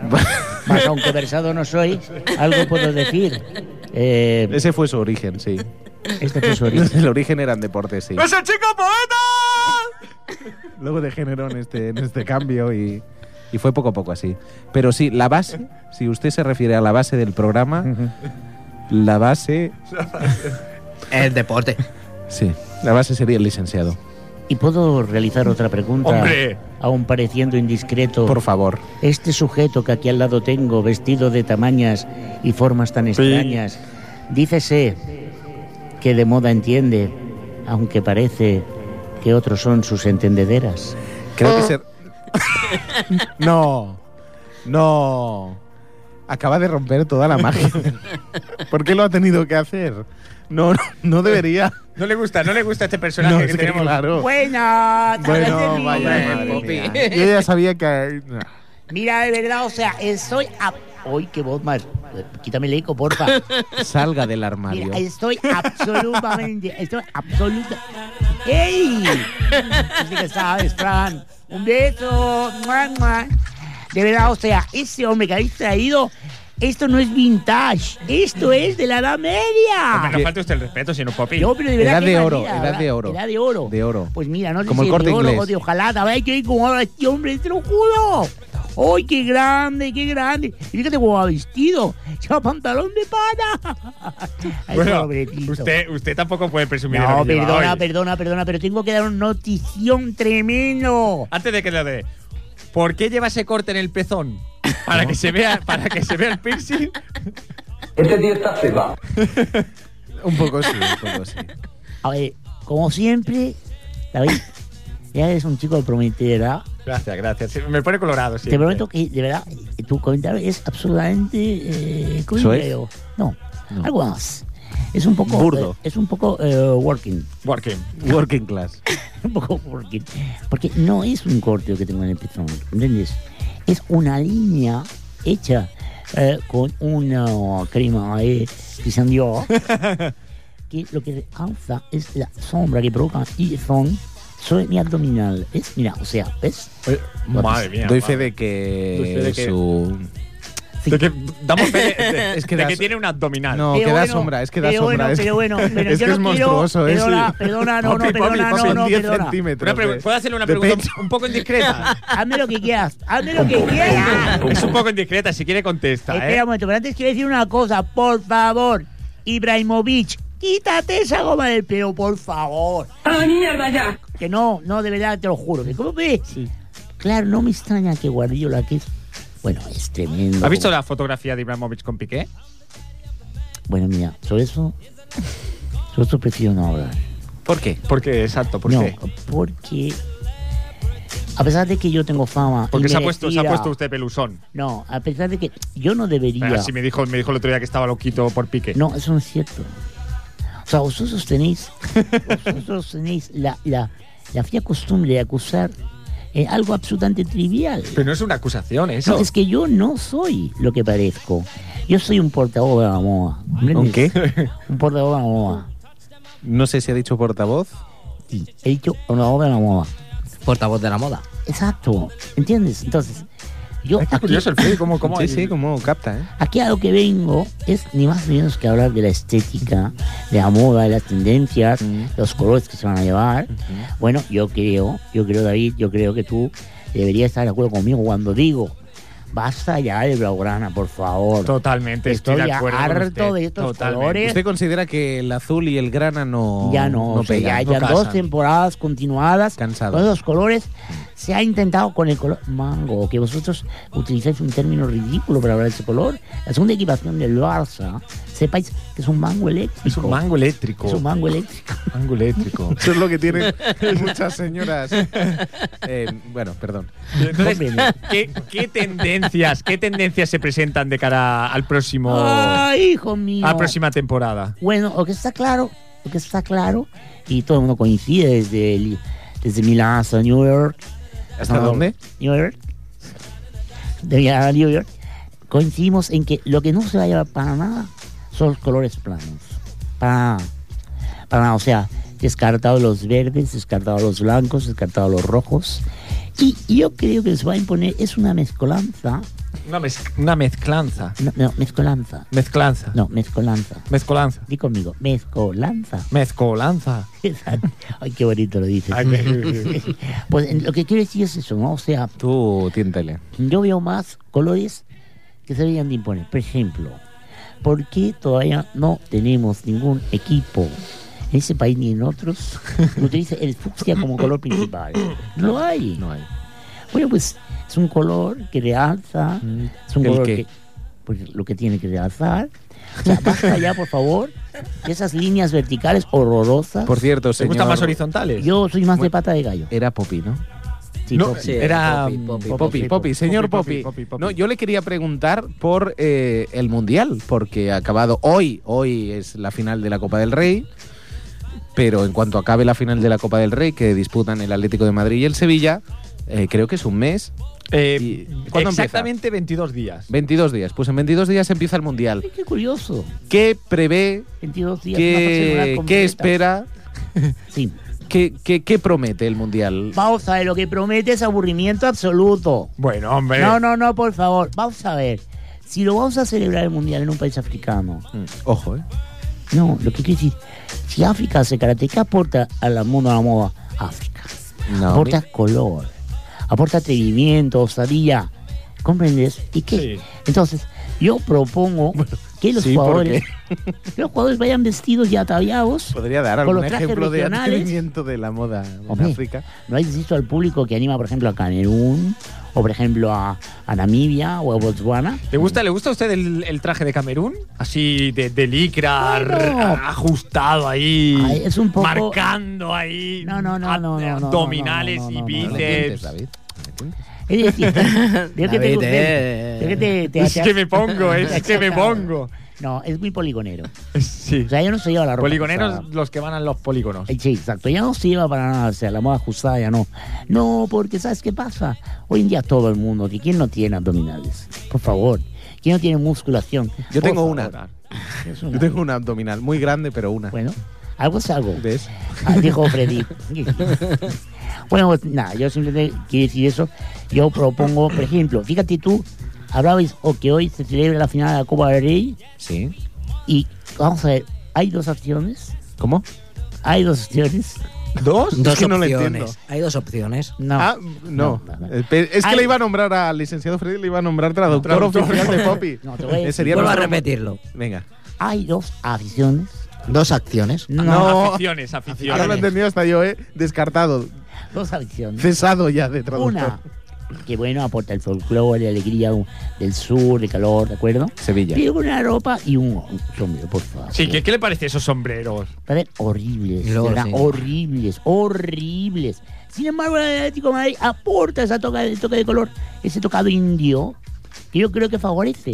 [SPEAKER 3] Mas aunque versado no soy, algo puedo decir. Eh,
[SPEAKER 2] Ese fue su origen, sí.
[SPEAKER 3] este fue su origen.
[SPEAKER 2] El origen eran deportes, sí.
[SPEAKER 1] ¡Es el chico poeta!
[SPEAKER 2] Luego degeneró en este, en este cambio y, y fue poco a poco así. Pero sí, la base, si usted se refiere a la base del programa, la base.
[SPEAKER 4] El deporte.
[SPEAKER 2] Sí, la base sería el licenciado.
[SPEAKER 3] Y puedo realizar otra pregunta,
[SPEAKER 1] ¡Hombre!
[SPEAKER 3] aún pareciendo indiscreto.
[SPEAKER 2] Por favor.
[SPEAKER 3] Este sujeto que aquí al lado tengo, vestido de tamañas y formas tan extrañas, dícese que de moda entiende, aunque parece que otros son sus entendederas.
[SPEAKER 2] Creo que ser. No, no. Acaba de romper toda la magia. ¿Por qué lo ha tenido que hacer? No, no, no debería.
[SPEAKER 1] No le gusta, no le gusta este personaje
[SPEAKER 2] No,
[SPEAKER 1] que
[SPEAKER 2] es que
[SPEAKER 1] tenemos.
[SPEAKER 2] claro.
[SPEAKER 3] Buena,
[SPEAKER 2] Bueno, vaya, madre mía. Yo ya sabía que.
[SPEAKER 3] Mira, de verdad, o sea, estoy... A... ¡Ay, qué voz más! Eh, Quítame el eco, porfa.
[SPEAKER 2] Salga del
[SPEAKER 3] Mira,
[SPEAKER 2] armario.
[SPEAKER 3] estoy absolutamente... Estoy absoluta... ¡Ey! Así que sabes, Fran. Un beso. Mua, mua. De verdad, o sea, ese hombre que habéis traído... Esto no es vintage, esto es de la Edad Media.
[SPEAKER 1] Bueno, falta usted el respeto, sino Popi.
[SPEAKER 3] No, pero de verdad
[SPEAKER 2] Edad
[SPEAKER 3] que
[SPEAKER 2] de
[SPEAKER 3] es
[SPEAKER 2] oro,
[SPEAKER 3] manera,
[SPEAKER 2] edad
[SPEAKER 3] ¿verdad?
[SPEAKER 2] de oro.
[SPEAKER 3] Edad de oro.
[SPEAKER 2] De oro.
[SPEAKER 3] Pues mira, no sé
[SPEAKER 2] Como
[SPEAKER 3] si
[SPEAKER 2] el
[SPEAKER 3] es de
[SPEAKER 2] Corte
[SPEAKER 3] oro
[SPEAKER 2] Inglés.
[SPEAKER 3] o de ojalá. A ver, que como ahora este hombre, te lo juro. ¡Ay, qué grande, qué grande! Y fíjate cómo va vestido. Lleva pantalón de pana. Ay,
[SPEAKER 1] Bueno,
[SPEAKER 3] pobrecito.
[SPEAKER 1] usted, usted tampoco puede presumir de
[SPEAKER 3] No,
[SPEAKER 1] lo que lleva
[SPEAKER 3] perdona,
[SPEAKER 1] hoy.
[SPEAKER 3] perdona, perdona, pero tengo que dar una notición tremendo.
[SPEAKER 1] Antes de que lo dé, ¿por qué lleva ese corte en el pezón? Para que se vea, para que se vea el piercing.
[SPEAKER 9] Este tío está cebado.
[SPEAKER 2] Un poco sí, un poco sí.
[SPEAKER 3] A ver, como siempre, David, ya eres un chico prometedor, ¿verdad?
[SPEAKER 1] Gracias, gracias. Me pone colorado, sí.
[SPEAKER 3] Te
[SPEAKER 11] Eh,
[SPEAKER 3] prometo que, de verdad, tu comentario es absolutamente. Eh, ¿cómo
[SPEAKER 2] ¿Soez?
[SPEAKER 3] diría yo? No, algo más. Es un poco.
[SPEAKER 2] Burdo.
[SPEAKER 3] eh, es un poco eh, working.
[SPEAKER 1] Working.
[SPEAKER 2] Working class.
[SPEAKER 3] un poco working. Porque no es un corte que tengo en el pezón, ¿entiendes? Es una línea hecha eh, con una crema eh, de Christian Dior que lo que alza es la sombra que provoca y son sobre mi abdominal. ¿Ves? Mira, o sea, ¿ves?
[SPEAKER 1] Madre mía. madre.
[SPEAKER 2] Doy fe de que,
[SPEAKER 1] Doy fe de que-
[SPEAKER 2] su
[SPEAKER 11] De que damos fe de, de-
[SPEAKER 2] Es que
[SPEAKER 11] de
[SPEAKER 2] da
[SPEAKER 11] que
[SPEAKER 2] so-
[SPEAKER 11] tiene un abdominal.
[SPEAKER 2] No,
[SPEAKER 3] Pero
[SPEAKER 2] que da
[SPEAKER 3] Ah, bueno,
[SPEAKER 2] sombra, es que da
[SPEAKER 3] pero
[SPEAKER 2] sombra.
[SPEAKER 3] Bueno,
[SPEAKER 2] es que-
[SPEAKER 3] pero bueno, pero
[SPEAKER 2] es
[SPEAKER 3] yo
[SPEAKER 2] que es
[SPEAKER 3] no quiero-
[SPEAKER 2] monstruoso, es-
[SPEAKER 3] Perdona, perdona, no, no,
[SPEAKER 11] Papi, papi,
[SPEAKER 3] perdona,
[SPEAKER 11] papi,
[SPEAKER 3] no, no,
[SPEAKER 2] 10
[SPEAKER 3] perdona.
[SPEAKER 2] centímetros.
[SPEAKER 11] Una pre-
[SPEAKER 2] de-
[SPEAKER 11] ¿Puedo hacerle una
[SPEAKER 2] de
[SPEAKER 11] pregunta
[SPEAKER 2] pecho.
[SPEAKER 11] un- un poco indiscreta?
[SPEAKER 3] Hazme lo que quieras, hazme lo que quieras.
[SPEAKER 11] es un poco indiscreta, si quiere contesta,
[SPEAKER 3] Espera
[SPEAKER 11] ¿eh?
[SPEAKER 3] un momento, pero antes quiero decir una cosa, por favor, Ibrahimovic, quítate esa goma del pelo, por favor. ¡A la mierda ya! Que no, no, de verdad, te lo juro. que ¿Cómo ve? Claro, no me extraña que Guardiola aquí. Bueno, es tremendo.
[SPEAKER 11] ¿Has visto la fotografía de Ibrahimovic con Piqué?
[SPEAKER 3] Bueno, mira, sobre eso. Sobre esto prefiero no hablar.
[SPEAKER 11] ¿Por qué? Porque, exacto, ¿por
[SPEAKER 3] no,
[SPEAKER 11] qué?
[SPEAKER 3] porque. A pesar de que yo tengo fama.
[SPEAKER 11] Porque se ha, puesto, se ha
[SPEAKER 3] inmerecida,
[SPEAKER 11] puesto usted pelusón.
[SPEAKER 3] No, a pesar de que yo no
[SPEAKER 11] Pero
[SPEAKER 3] debería.
[SPEAKER 11] Así me dijo, me dijo el otro día que estaba loquito por Piqué.
[SPEAKER 3] No, eso no es cierto. O sea, vosotros sostenéis, vosotros sostenéis la, la, la fría costumbre de acusar eh, algo absolutamente trivial.
[SPEAKER 11] Pero no es una acusación eso.
[SPEAKER 3] No, es que yo no soy lo que parezco. Yo soy un portavoz de la moda.
[SPEAKER 2] ¿Un qué?
[SPEAKER 3] Un portavoz de la moda.
[SPEAKER 2] No sé si ha dicho portavoz.
[SPEAKER 3] Sí, he dicho portavoz de la moda.
[SPEAKER 4] Portavoz de la moda.
[SPEAKER 3] Exacto. ¿Entiendes? Entonces, yo
[SPEAKER 11] Ay, qué
[SPEAKER 3] aquí,
[SPEAKER 11] curioso el Freddy, cómo, cómo
[SPEAKER 2] sí, sí, como capta, ¿eh?
[SPEAKER 3] aquí a lo que vengo es ni más ni menos que hablar de la estética, de la moda, de las tendencias,
[SPEAKER 11] Mm.
[SPEAKER 3] los colores que se van a llevar. Bueno, yo creo, yo creo, David, yo creo que tú deberías estar de acuerdo conmigo cuando digo, basta ya de Blaugrana, por favor.
[SPEAKER 11] Totalmente, estoy,
[SPEAKER 3] Estoy
[SPEAKER 11] de acuerdo. con
[SPEAKER 3] harto
[SPEAKER 11] usted.
[SPEAKER 3] de estos
[SPEAKER 11] Totalmente.
[SPEAKER 3] colores.
[SPEAKER 2] ¿Usted considera que el azul y el grana no
[SPEAKER 3] Ya no, o sea,
[SPEAKER 2] pegan?
[SPEAKER 3] ya, ya
[SPEAKER 2] No
[SPEAKER 3] dos
[SPEAKER 2] casan?
[SPEAKER 3] temporadas continuadas
[SPEAKER 2] Cansado.
[SPEAKER 3] con los colores. Se ha intentado con el color mango, que vosotros utilizáis un término ridículo para hablar de ese color. La segunda equipación del Barça, sepáis que es un mango eléctrico.
[SPEAKER 11] Es un mango eléctrico.
[SPEAKER 3] Es un mango eléctrico.
[SPEAKER 11] mango eléctrico.
[SPEAKER 2] Eso es lo que tienen muchas señoras. Eh, bueno, perdón.
[SPEAKER 11] Entonces,
[SPEAKER 3] Hombre,
[SPEAKER 11] ¿qué, qué tendencias, ¿qué tendencias se presentan de cara al próximo, a
[SPEAKER 3] ¡Ay, hijo mío!
[SPEAKER 11] la próxima temporada?
[SPEAKER 3] Bueno, lo que está claro, lo que está claro, y todo el mundo coincide desde, el- desde Milán hasta New York,
[SPEAKER 2] ¿Hasta
[SPEAKER 3] No,
[SPEAKER 2] dónde?
[SPEAKER 3] New York. De viajar a New York. Coincidimos en que lo que no se va a llevar para nada son los colores planos. Para nada. Para nada. O sea, descartados los verdes, descartados los blancos, descartados los rojos. Y yo creo que les va a imponer, es una mezcolanza.
[SPEAKER 11] Una, mez- una mezclanza.
[SPEAKER 3] No, no, mezcolanza.
[SPEAKER 11] Mezclanza.
[SPEAKER 3] No, mezcolanza.
[SPEAKER 11] Mezcolanza.
[SPEAKER 3] Di conmigo, mezcolanza.
[SPEAKER 11] Mezcolanza.
[SPEAKER 3] Exacto. Ay, qué bonito lo dices. Pues en- lo que quiero decir es eso, ¿no? O sea,
[SPEAKER 2] Tú tiéntale.
[SPEAKER 3] Yo veo más colores que se deberían de imponer. Por ejemplo, ¿por qué todavía no tenemos ningún equipo en ese país ni en otros que utilice el fucsia como color principal? No lo hay.
[SPEAKER 2] No hay.
[SPEAKER 3] Bueno, pues es un color que realza. Es un
[SPEAKER 2] Mm. ¿El
[SPEAKER 3] color
[SPEAKER 2] qué?
[SPEAKER 3] que. Pues lo que tiene que realzar. O sea, basta ya, por favor, de esas líneas verticales horrorosas.
[SPEAKER 2] Por cierto,
[SPEAKER 11] ¿Te
[SPEAKER 2] señor.
[SPEAKER 11] gustan más horizontales?
[SPEAKER 3] Yo soy más de pata de gallo.
[SPEAKER 2] Era Poppy, ¿no?
[SPEAKER 3] Sí,
[SPEAKER 11] No,
[SPEAKER 3] Poppy.
[SPEAKER 4] Sí,
[SPEAKER 11] era
[SPEAKER 4] Poppy, Poppy,
[SPEAKER 11] mm,
[SPEAKER 2] Poppy, Poppy, señor
[SPEAKER 11] Poppy,
[SPEAKER 2] Poppy.
[SPEAKER 11] Poppy, Poppy.
[SPEAKER 2] No, yo le quería preguntar por eh, el Mundial, porque ha acabado hoy, hoy es la final de la Copa del Rey, pero en cuanto acabe la final de la Copa del Rey, que disputan el Atlético de Madrid y el Sevilla, eh, creo que es un mes,
[SPEAKER 11] Eh,
[SPEAKER 2] ¿Y cuándo empieza?
[SPEAKER 11] exactamente 22 días.
[SPEAKER 2] 22 días, pues en 22 días empieza el Mundial.
[SPEAKER 3] Ay, Qué curioso.
[SPEAKER 2] ¿Qué prevé?
[SPEAKER 3] 22 días. una fase
[SPEAKER 2] ¿Qué,
[SPEAKER 3] lunar
[SPEAKER 2] qué
[SPEAKER 3] completa.
[SPEAKER 2] espera?
[SPEAKER 3] Sí.
[SPEAKER 2] ¿Qué, qué, qué promete el Mundial?
[SPEAKER 3] Vamos a ver, lo que promete es aburrimiento absoluto.
[SPEAKER 11] Bueno, hombre.
[SPEAKER 3] No, no, no, por favor. Vamos a ver. Si lo vamos a celebrar el mundial en un país africano,
[SPEAKER 2] Mm, Ojo, ¿eh?
[SPEAKER 3] no, lo que quiero decir, si África se caracteriza, ¿qué aporta al mundo de la moda? África.
[SPEAKER 2] No,
[SPEAKER 3] aporta color, aporta atrevimiento, osadía. ¿Comprendes? ¿Y qué?
[SPEAKER 11] Sí.
[SPEAKER 3] Entonces, yo propongo que los
[SPEAKER 2] sí,
[SPEAKER 3] jugadores los jugadores vayan vestidos y ataviados.
[SPEAKER 2] Podría dar
[SPEAKER 3] Con los
[SPEAKER 2] algún
[SPEAKER 3] trajes
[SPEAKER 2] ejemplo de
[SPEAKER 3] regionales.
[SPEAKER 2] atrevimiento de la moda en
[SPEAKER 3] Hombre.
[SPEAKER 2] África.
[SPEAKER 3] No hay insisto al público que anima, por ejemplo, a Camerún, o por ejemplo a, a Namibia o a Botswana.
[SPEAKER 11] ¿Le gusta, ¿Le gusta a usted el, el traje de Camerún? Así de, de licra,
[SPEAKER 3] Bueno.
[SPEAKER 11] r- ajustado ahí.
[SPEAKER 3] Ay, es un poco-
[SPEAKER 11] Marcando ahí.
[SPEAKER 3] No, no, no,
[SPEAKER 11] ad-
[SPEAKER 3] no, no, no, no,
[SPEAKER 11] Abdominales
[SPEAKER 3] no, no, no, no,
[SPEAKER 11] y
[SPEAKER 3] no,
[SPEAKER 2] No
[SPEAKER 3] no.
[SPEAKER 2] le tientes,
[SPEAKER 11] bíceps.
[SPEAKER 2] David, no le tientes.
[SPEAKER 3] Es decir, veo que te,
[SPEAKER 4] David,
[SPEAKER 3] veo-
[SPEAKER 4] eh.
[SPEAKER 3] veo que te, te-
[SPEAKER 11] es
[SPEAKER 3] te-
[SPEAKER 11] que me pongo, es que me pongo.
[SPEAKER 3] No, es muy poligonero.
[SPEAKER 11] Sí.
[SPEAKER 3] O sea, yo no se lleva la ropa.
[SPEAKER 11] Poligoneros,
[SPEAKER 3] ajustada.
[SPEAKER 11] los que van a los polígonos.
[SPEAKER 3] Eh, Sí, exacto. Ya no se lleva para nada, o sea, la moda ajustada ya no. No, porque ¿sabes qué pasa? Hoy en día todo el mundo, que ¿quién no tiene abdominales? Por favor. ¿Quién no tiene musculación?
[SPEAKER 2] Yo
[SPEAKER 3] Por
[SPEAKER 2] tengo
[SPEAKER 3] favor.
[SPEAKER 2] una.
[SPEAKER 3] Es
[SPEAKER 2] Yo
[SPEAKER 3] una.
[SPEAKER 2] tengo una abdominal muy grande, pero una.
[SPEAKER 3] Bueno, algo es algo.
[SPEAKER 2] ¿Ves?
[SPEAKER 3] Ah, dijo Freddy. bueno, pues nada, yo simplemente quiero decir eso. Yo propongo, por ejemplo, fíjate tú, hablabais o que hoy se celebra la final de la Copa del Rey
[SPEAKER 2] Sí.
[SPEAKER 3] y vamos a ver, hay dos opciones.
[SPEAKER 2] ¿Cómo?
[SPEAKER 3] Hay dos opciones.
[SPEAKER 2] ¿Dos?
[SPEAKER 4] Dos
[SPEAKER 2] es que no lo
[SPEAKER 4] opciones.
[SPEAKER 2] entiendo.
[SPEAKER 4] Hay dos opciones.
[SPEAKER 3] No.
[SPEAKER 2] Ah, no.
[SPEAKER 3] No, no, no.
[SPEAKER 2] Eh, pe- Es que
[SPEAKER 3] Ay.
[SPEAKER 2] le iba a nombrar al licenciado Freddy, le iba a nombrar traductor, oficial de Poppy.
[SPEAKER 3] No, te voy a
[SPEAKER 2] Eh,
[SPEAKER 3] decir.
[SPEAKER 2] sería
[SPEAKER 4] Vuelvo a
[SPEAKER 2] nuestro-
[SPEAKER 4] repetirlo.
[SPEAKER 2] Venga.
[SPEAKER 3] Hay dos aficiones.
[SPEAKER 4] Dos acciones.
[SPEAKER 3] No,
[SPEAKER 1] Aficiones, aficiones.
[SPEAKER 2] Ahora lo he entendido hasta yo, ¿eh? Descartado,
[SPEAKER 3] dos aficiones.
[SPEAKER 2] cesado ya de traductor.
[SPEAKER 3] Una, que bueno, aporta el folclore, la alegría del sur, el calor, ¿de acuerdo?
[SPEAKER 2] Sevilla.
[SPEAKER 3] Pide una ropa y un un sombrero, por favor.
[SPEAKER 1] Sí, ¿qué, qué le parece esos sombreros?
[SPEAKER 3] Parecen horribles,
[SPEAKER 4] Y luego,
[SPEAKER 3] ¿verdad?
[SPEAKER 4] sí.
[SPEAKER 3] horribles, horribles. Sin embargo, el Atlético de Madrid aporta esa toca, ese toque de color, ese tocado indio, que yo creo que favorece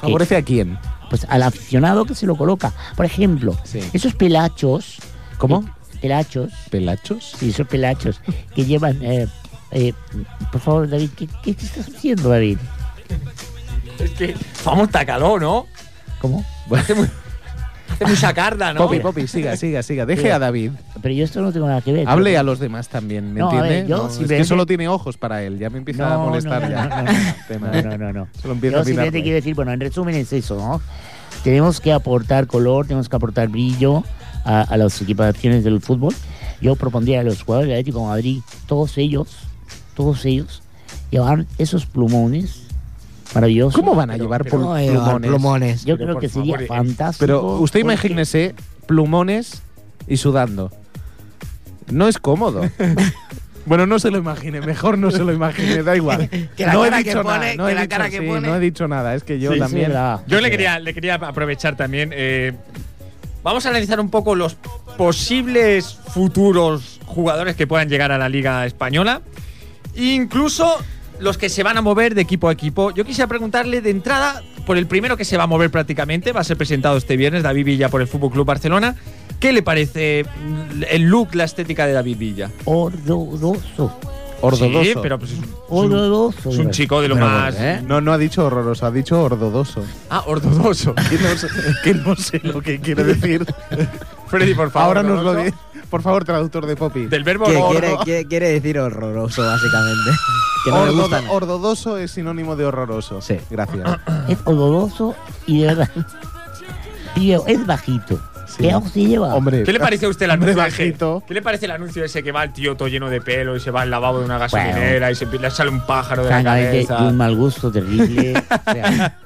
[SPEAKER 2] ¿Favorece a quién?
[SPEAKER 3] pues, al aficionado que se lo coloca. Por ejemplo,
[SPEAKER 2] Sí.
[SPEAKER 3] esos pelachos.
[SPEAKER 2] ¿Cómo?
[SPEAKER 3] eh, pelachos,
[SPEAKER 2] ¿Pelachos?
[SPEAKER 3] sí, esos pelachos que llevan. eh, eh, por favor, David, ¿qué, ¿qué estás haciendo, David?
[SPEAKER 1] Es que vamos tacaló, ¿no?
[SPEAKER 3] ¿Cómo?
[SPEAKER 1] Hace mucha carda, ¿no?
[SPEAKER 2] Poppy, Poppy, siga, siga, siga. Deje
[SPEAKER 3] Mira.
[SPEAKER 2] a David.
[SPEAKER 3] Pero yo esto no tengo nada que ver.
[SPEAKER 2] Hable
[SPEAKER 3] pero-
[SPEAKER 2] a los demás también, ¿me
[SPEAKER 3] No, a ver,
[SPEAKER 2] entiende?
[SPEAKER 3] yo
[SPEAKER 2] No, es que
[SPEAKER 3] simplemente-
[SPEAKER 2] solo tiene ojos para él, ya me empieza a
[SPEAKER 3] No,
[SPEAKER 2] molestar
[SPEAKER 3] no, no,
[SPEAKER 2] ya.
[SPEAKER 3] no, no,
[SPEAKER 2] el tema.
[SPEAKER 3] No, no, no, no.
[SPEAKER 2] Solo empiezo a
[SPEAKER 3] Yo simplemente
[SPEAKER 2] mirarlo.
[SPEAKER 3] quiero decir, bueno, en resumen es eso, ¿no? Tenemos que aportar color, tenemos que aportar brillo a, a las equipaciones del fútbol. Yo propondría a los jugadores del Atlético de Madrid, todos ellos, todos ellos, llevar esos plumones maravillosos.
[SPEAKER 2] Pues ¿Cómo van a llevar
[SPEAKER 4] Pero-
[SPEAKER 2] pul-
[SPEAKER 4] Ay,
[SPEAKER 2] plumones?
[SPEAKER 4] eh, plumones.
[SPEAKER 3] Yo
[SPEAKER 2] Pero
[SPEAKER 3] creo
[SPEAKER 2] por
[SPEAKER 3] que sería
[SPEAKER 2] favor, eh,
[SPEAKER 3] fantástico.
[SPEAKER 2] Pero usted
[SPEAKER 3] porque-
[SPEAKER 2] imagínese plumones y sudando. No es cómodo. bueno, no se lo imagine, mejor no se lo imagine, da igual.
[SPEAKER 4] Que la
[SPEAKER 2] no
[SPEAKER 4] cara
[SPEAKER 2] he
[SPEAKER 4] que
[SPEAKER 2] dicho nada,
[SPEAKER 4] pone,
[SPEAKER 2] no
[SPEAKER 4] que
[SPEAKER 2] he
[SPEAKER 4] la
[SPEAKER 2] dicho-
[SPEAKER 4] cara que
[SPEAKER 2] sí,
[SPEAKER 4] pone.
[SPEAKER 2] No he dicho nada, es que yo
[SPEAKER 3] Sí, sí,
[SPEAKER 2] también.
[SPEAKER 3] verdad.
[SPEAKER 1] Yo le quería, le quería aprovechar también. eh, vamos a analizar un poco los posibles futuros jugadores que puedan llegar a la Liga Española. Incluso los que se van a mover de equipo a equipo. Yo quisiera preguntarle de entrada por el primero que se va a mover prácticamente. Va a ser presentado este viernes, David Villa, por el Fútbol Club Barcelona. ¿Qué le parece mm, el look, la estética de David Villa?
[SPEAKER 3] Horroroso.
[SPEAKER 2] Ordodoso.
[SPEAKER 1] Sí, pero pues, es un-
[SPEAKER 3] Horroroso.
[SPEAKER 1] es un chico de lo
[SPEAKER 4] Pero,
[SPEAKER 1] más.
[SPEAKER 4] ¿eh?
[SPEAKER 2] No, no ha dicho horroroso, ha dicho ordodoso.
[SPEAKER 1] Ah, ortodoxo.
[SPEAKER 2] Que no sé, que no sé lo que quiere decir.
[SPEAKER 1] Freddy, por favor.
[SPEAKER 2] Ahora nos lo
[SPEAKER 1] ortodoxo.
[SPEAKER 2] di. Por favor, traductor de Poppy.
[SPEAKER 1] Del verbo
[SPEAKER 4] Que
[SPEAKER 1] ordo-
[SPEAKER 4] quiere, que quiere decir horroroso, básicamente. que no le
[SPEAKER 2] Ordo-
[SPEAKER 4] gusta nada.
[SPEAKER 2] Ordodoso es sinónimo de horroroso.
[SPEAKER 4] Sí.
[SPEAKER 2] Gracias.
[SPEAKER 3] Es horroroso y de verdad. Tío, es bajito. ¿Qué se lleva?
[SPEAKER 2] Hombre. ah,
[SPEAKER 1] ¿Qué le parece a usted el
[SPEAKER 2] Hombre
[SPEAKER 1] anuncio
[SPEAKER 2] bajito.
[SPEAKER 1] ese? ¿Qué le parece el anuncio ese que va el tío todo lleno de pelo y se va al lavabo de una gasolinera y se le sale un pájaro de la
[SPEAKER 3] francamente, de
[SPEAKER 1] cabeza?
[SPEAKER 3] un mal gusto terrible. o, sea,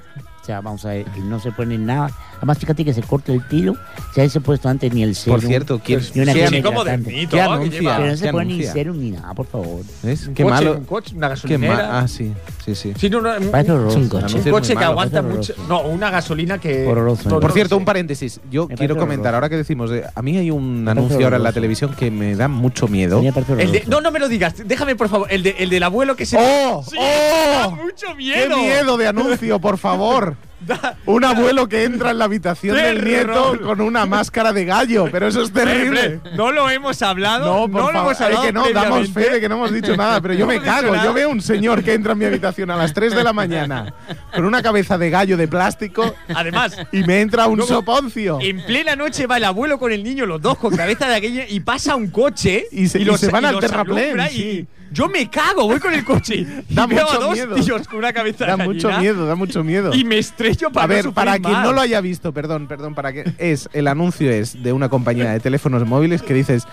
[SPEAKER 3] o sea, vamos a ver, no se pone nada. Además, fíjate que se corta el pelo, se ha puesto antes ni el serum.
[SPEAKER 2] Por cierto, ¿quién,
[SPEAKER 3] Y una
[SPEAKER 1] Sí,
[SPEAKER 3] cosa
[SPEAKER 1] sí, como de
[SPEAKER 3] hidratante.
[SPEAKER 1] mito,
[SPEAKER 2] ¿Qué
[SPEAKER 1] ¿no? que
[SPEAKER 2] anuncia?
[SPEAKER 1] lleva
[SPEAKER 3] Pero no
[SPEAKER 2] ¿Qué
[SPEAKER 3] se pone ni
[SPEAKER 2] anuncia?
[SPEAKER 3] serum ni nada, por favor.
[SPEAKER 2] ¿Ves?
[SPEAKER 1] un
[SPEAKER 2] Qué
[SPEAKER 1] coche,
[SPEAKER 2] malo.
[SPEAKER 1] Un coche, una
[SPEAKER 2] Qué ma-
[SPEAKER 1] gasolinera.
[SPEAKER 2] Ah, sí, sí, sí.
[SPEAKER 1] Sí, no, no, un,
[SPEAKER 3] Parece
[SPEAKER 1] un
[SPEAKER 3] horroroso.
[SPEAKER 4] un coche.
[SPEAKER 2] Anuncios
[SPEAKER 1] coche
[SPEAKER 2] muy
[SPEAKER 1] que
[SPEAKER 2] malos.
[SPEAKER 1] aguanta
[SPEAKER 3] horroroso.
[SPEAKER 1] mucho. No, una gasolina que.
[SPEAKER 3] Horroroso, me
[SPEAKER 1] todo-
[SPEAKER 2] Por
[SPEAKER 3] parece.
[SPEAKER 2] cierto, un paréntesis. Yo
[SPEAKER 3] Me
[SPEAKER 2] quiero
[SPEAKER 3] parece
[SPEAKER 2] comentar,
[SPEAKER 3] horroroso.
[SPEAKER 2] ahora que decimos, de- a mí hay un
[SPEAKER 3] parece
[SPEAKER 2] anuncio ahora en la
[SPEAKER 3] horroroso.
[SPEAKER 2] televisión que me da mucho miedo.
[SPEAKER 3] Tenía parece
[SPEAKER 1] El de-
[SPEAKER 3] horroroso.
[SPEAKER 1] no, no me lo digas. Déjame, por favor. El, de- el del abuelo que se.
[SPEAKER 2] ¡Oh!
[SPEAKER 1] Sí, da
[SPEAKER 2] ¡Oh!
[SPEAKER 1] mucho
[SPEAKER 2] ¡Qué
[SPEAKER 1] miedo!
[SPEAKER 2] miedo de anuncio, por favor!
[SPEAKER 1] Da-
[SPEAKER 2] Un abuelo que entra en la habitación del
[SPEAKER 1] Terror.
[SPEAKER 2] nieto con una máscara de gallo, pero eso es
[SPEAKER 1] Fred,
[SPEAKER 2] terrible.
[SPEAKER 1] Fred, No lo hemos hablado.
[SPEAKER 2] No, por
[SPEAKER 1] lo
[SPEAKER 2] favor,
[SPEAKER 1] hemos hablado.
[SPEAKER 2] es que no, damos
[SPEAKER 1] previamente.
[SPEAKER 2] fe de que no hemos dicho nada, pero yo
[SPEAKER 1] No
[SPEAKER 2] me
[SPEAKER 1] hemos dicho
[SPEAKER 2] cago. Yo
[SPEAKER 1] nada.
[SPEAKER 2] veo un señor que entra en mi habitación a las 3 de la mañana con una cabeza de gallo de plástico
[SPEAKER 1] Además,
[SPEAKER 2] y me entra un
[SPEAKER 1] Luego-
[SPEAKER 2] soponcio.
[SPEAKER 1] En plena noche va el abuelo con el niño, los dos con cabeza de aquella, y pasa un coche
[SPEAKER 2] Y se- y se van al terraplén,
[SPEAKER 1] alumbra
[SPEAKER 2] sí.
[SPEAKER 1] y yo me cago, voy con el coche y
[SPEAKER 2] Da
[SPEAKER 1] veo
[SPEAKER 2] mucho
[SPEAKER 1] a dos
[SPEAKER 2] miedo.
[SPEAKER 1] tíos con una cabeza
[SPEAKER 2] Da
[SPEAKER 1] de
[SPEAKER 2] mucho
[SPEAKER 1] gallina
[SPEAKER 2] miedo, da mucho miedo.
[SPEAKER 1] y me estrello para
[SPEAKER 2] a ver,
[SPEAKER 1] no
[SPEAKER 2] para
[SPEAKER 1] sufrir
[SPEAKER 2] quien
[SPEAKER 1] más.
[SPEAKER 2] no lo haya visto, perdón, perdón, para que es el anuncio es de una compañía de teléfonos móviles que dices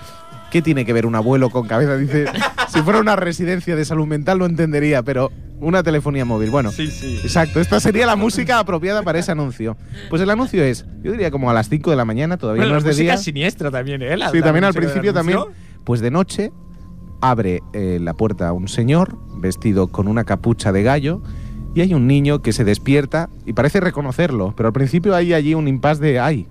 [SPEAKER 2] ¿Qué tiene que ver un abuelo con cabeza? Dice, si fuera una residencia de salud mental lo entendería, pero una telefonía móvil. Bueno,
[SPEAKER 1] Sí, sí.
[SPEAKER 2] exacto, esta sería la música apropiada para ese anuncio. Pues el anuncio es, yo diría como a las 5 de la mañana, todavía
[SPEAKER 1] Bueno,
[SPEAKER 2] no
[SPEAKER 1] la
[SPEAKER 2] es de
[SPEAKER 1] música
[SPEAKER 2] día.
[SPEAKER 1] siniestra también, ¿eh? La-
[SPEAKER 2] Sí,
[SPEAKER 1] la
[SPEAKER 2] también al
[SPEAKER 1] música del
[SPEAKER 2] principio también.
[SPEAKER 1] anuncio.
[SPEAKER 2] Pues de noche abre eh, la puerta un señor vestido con una capucha de gallo y hay un niño que se despierta y parece reconocerlo, pero al principio hay allí un impas de ay.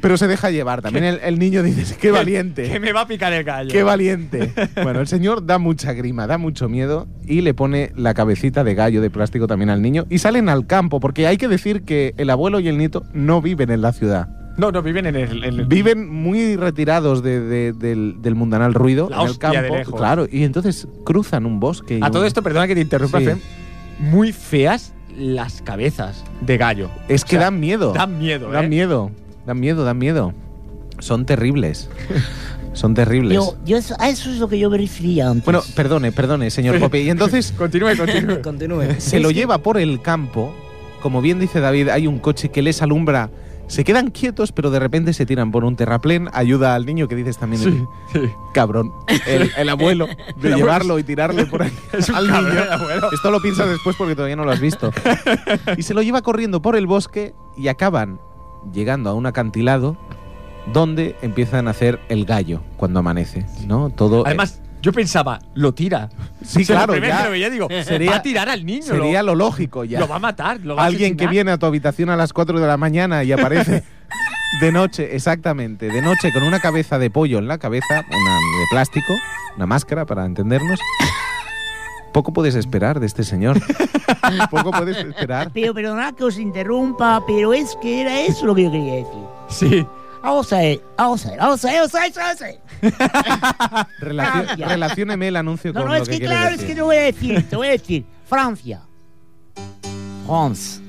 [SPEAKER 2] Pero se deja llevar. También el, el niño dice, qué
[SPEAKER 1] Que
[SPEAKER 2] valiente,
[SPEAKER 1] me va a picar el gallo.
[SPEAKER 2] qué valiente. Bueno, el señor da mucha grima, da mucho miedo y le pone la cabecita de gallo de plástico también al niño y salen al campo, porque hay que decir que el abuelo y el nieto no viven en la ciudad.
[SPEAKER 1] No, no, viven en el. en el-
[SPEAKER 2] Viven muy retirados de- de- del, del mundanal ruido
[SPEAKER 1] La
[SPEAKER 2] en el
[SPEAKER 1] hostia
[SPEAKER 2] campo.
[SPEAKER 1] de lejos.
[SPEAKER 2] Claro, y entonces cruzan un bosque. y
[SPEAKER 1] A
[SPEAKER 2] un-
[SPEAKER 1] todo esto, perdona que te interrumpa,
[SPEAKER 2] Sí.
[SPEAKER 1] Fem, muy feas las cabezas de gallo.
[SPEAKER 2] Es que
[SPEAKER 1] O sea,
[SPEAKER 2] dan miedo.
[SPEAKER 1] Oh. Dan miedo,
[SPEAKER 2] Dan
[SPEAKER 1] ¿eh?
[SPEAKER 2] miedo. Dan miedo, dan miedo. Son terribles. Son terribles.
[SPEAKER 3] Yo, yo eso, a eso es lo que yo me refería antes.
[SPEAKER 2] Bueno, perdone, perdone, señor Pope. Y entonces
[SPEAKER 1] Continúe, continúe.
[SPEAKER 4] Continúe.
[SPEAKER 2] se lo lleva por el campo. Como bien dice David, hay un coche que les alumbra. Se quedan quietos, pero de repente se tiran por un terraplén. Ayuda al niño que dices también. el- Cabrón. El, el abuelo. De llevarlo y tirarlo por ahí. al niño. Esto lo piensas después porque todavía no lo has visto. Y se lo lleva corriendo por el bosque y acaban llegando a un acantilado donde empiezan a hacer el gallo cuando amanece. ¿No? Todo. eh,
[SPEAKER 1] Además, yo pensaba, lo tira.
[SPEAKER 2] Sí,
[SPEAKER 1] O sea,
[SPEAKER 2] claro,
[SPEAKER 1] Lo primero
[SPEAKER 2] ya.
[SPEAKER 1] que lo veía, digo,
[SPEAKER 2] Sería-
[SPEAKER 1] va a tirar al niño.
[SPEAKER 2] sería
[SPEAKER 1] lo,
[SPEAKER 2] lo lógico ya.
[SPEAKER 1] lo va a matar. Lo va a
[SPEAKER 2] Alguien que
[SPEAKER 1] asesinar.
[SPEAKER 2] viene a tu habitación a las 4 de la mañana y aparece de noche, exactamente, de noche con una cabeza de pollo en la cabeza, una de plástico, una máscara para entendernos. Poco puedes esperar de este señor. Poco puedes esperar.
[SPEAKER 3] Pero perdonad que os interrumpa, pero es que era eso lo que yo quería decir.
[SPEAKER 1] Sí.
[SPEAKER 3] Vamos a ver, vamos a ver, vamos a ver, vamos a ver, vamos a ver.
[SPEAKER 2] Relacio-
[SPEAKER 3] Francia.
[SPEAKER 2] relacióneme el anuncio
[SPEAKER 3] No,
[SPEAKER 2] con
[SPEAKER 3] no,
[SPEAKER 2] lo
[SPEAKER 3] es
[SPEAKER 2] que
[SPEAKER 3] que
[SPEAKER 2] quiere
[SPEAKER 3] claro, es
[SPEAKER 2] decir.
[SPEAKER 3] que te voy a decir, te voy a decir. Francia. France.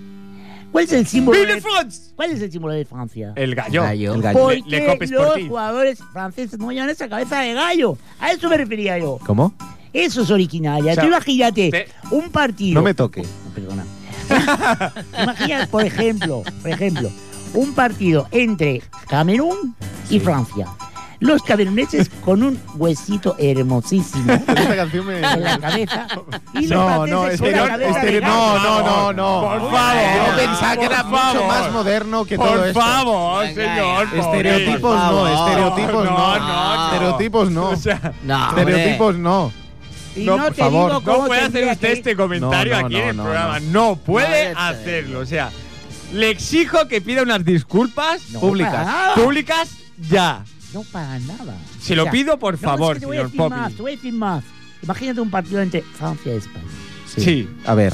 [SPEAKER 3] ¿Cuál es el símbolo
[SPEAKER 1] ¡Vive
[SPEAKER 3] de,
[SPEAKER 1] France!
[SPEAKER 3] ¿Cuál es el símbolo de Francia?
[SPEAKER 1] El gallo.
[SPEAKER 2] El gallo.
[SPEAKER 3] Porque
[SPEAKER 1] Le- le copes por
[SPEAKER 3] los
[SPEAKER 1] ti.
[SPEAKER 3] jugadores franceses no llevan esa cabeza de gallo. A eso me refería yo.
[SPEAKER 2] ¿Cómo?
[SPEAKER 3] Eso es originaria.
[SPEAKER 1] O sea,
[SPEAKER 3] Tú imagínate
[SPEAKER 1] te-
[SPEAKER 3] un partido.
[SPEAKER 2] No me toque.
[SPEAKER 3] Perdona. Imagina, por ejemplo, por ejemplo, un partido entre Camerún y Francia. Los cameruneses con un huesito hermosísimo
[SPEAKER 2] Esta canción me-
[SPEAKER 3] en la cabeza y los
[SPEAKER 2] No,
[SPEAKER 3] franceses
[SPEAKER 2] no,
[SPEAKER 3] con
[SPEAKER 2] este
[SPEAKER 3] la
[SPEAKER 2] no,
[SPEAKER 3] cabeza
[SPEAKER 2] este
[SPEAKER 3] de
[SPEAKER 2] no,
[SPEAKER 3] gato.
[SPEAKER 2] no, no, no.
[SPEAKER 1] Por favor.
[SPEAKER 2] Yo pensaba que era
[SPEAKER 1] Por
[SPEAKER 2] mucho
[SPEAKER 1] favor.
[SPEAKER 2] más moderno que todo
[SPEAKER 1] Por
[SPEAKER 2] esto.
[SPEAKER 1] favor,
[SPEAKER 4] Venga,
[SPEAKER 1] señor. pobre.
[SPEAKER 4] ya.
[SPEAKER 2] Estereotipos no, estereotipos no.
[SPEAKER 1] No, no, no.
[SPEAKER 2] Estereotipos no.
[SPEAKER 1] O sea,
[SPEAKER 4] No, hombre.
[SPEAKER 2] Estereotipos no.
[SPEAKER 3] Y
[SPEAKER 2] No,
[SPEAKER 3] no,
[SPEAKER 2] por
[SPEAKER 3] te eh?
[SPEAKER 2] favor.
[SPEAKER 3] digo cómo
[SPEAKER 1] no puede hacer
[SPEAKER 3] tendría
[SPEAKER 1] usted
[SPEAKER 3] que-
[SPEAKER 1] este comentario
[SPEAKER 2] No, no,
[SPEAKER 1] aquí en
[SPEAKER 2] no,
[SPEAKER 1] el
[SPEAKER 2] no,
[SPEAKER 1] programa. No, puede
[SPEAKER 4] No, ya sé.
[SPEAKER 1] hacerlo. O sea, le exijo que pida unas disculpas
[SPEAKER 3] No, para
[SPEAKER 1] públicas.
[SPEAKER 3] nada.
[SPEAKER 1] Públicas ya.
[SPEAKER 3] No para nada.
[SPEAKER 1] Se lo
[SPEAKER 3] O sea,
[SPEAKER 1] pido, por
[SPEAKER 3] no,
[SPEAKER 1] favor,
[SPEAKER 3] es que te voy a
[SPEAKER 1] señor
[SPEAKER 3] decir
[SPEAKER 1] Poppy.
[SPEAKER 3] más, te voy a decir más. Imagínate un partido entre Francia y España.
[SPEAKER 2] Sí.
[SPEAKER 1] Sí.
[SPEAKER 2] A ver.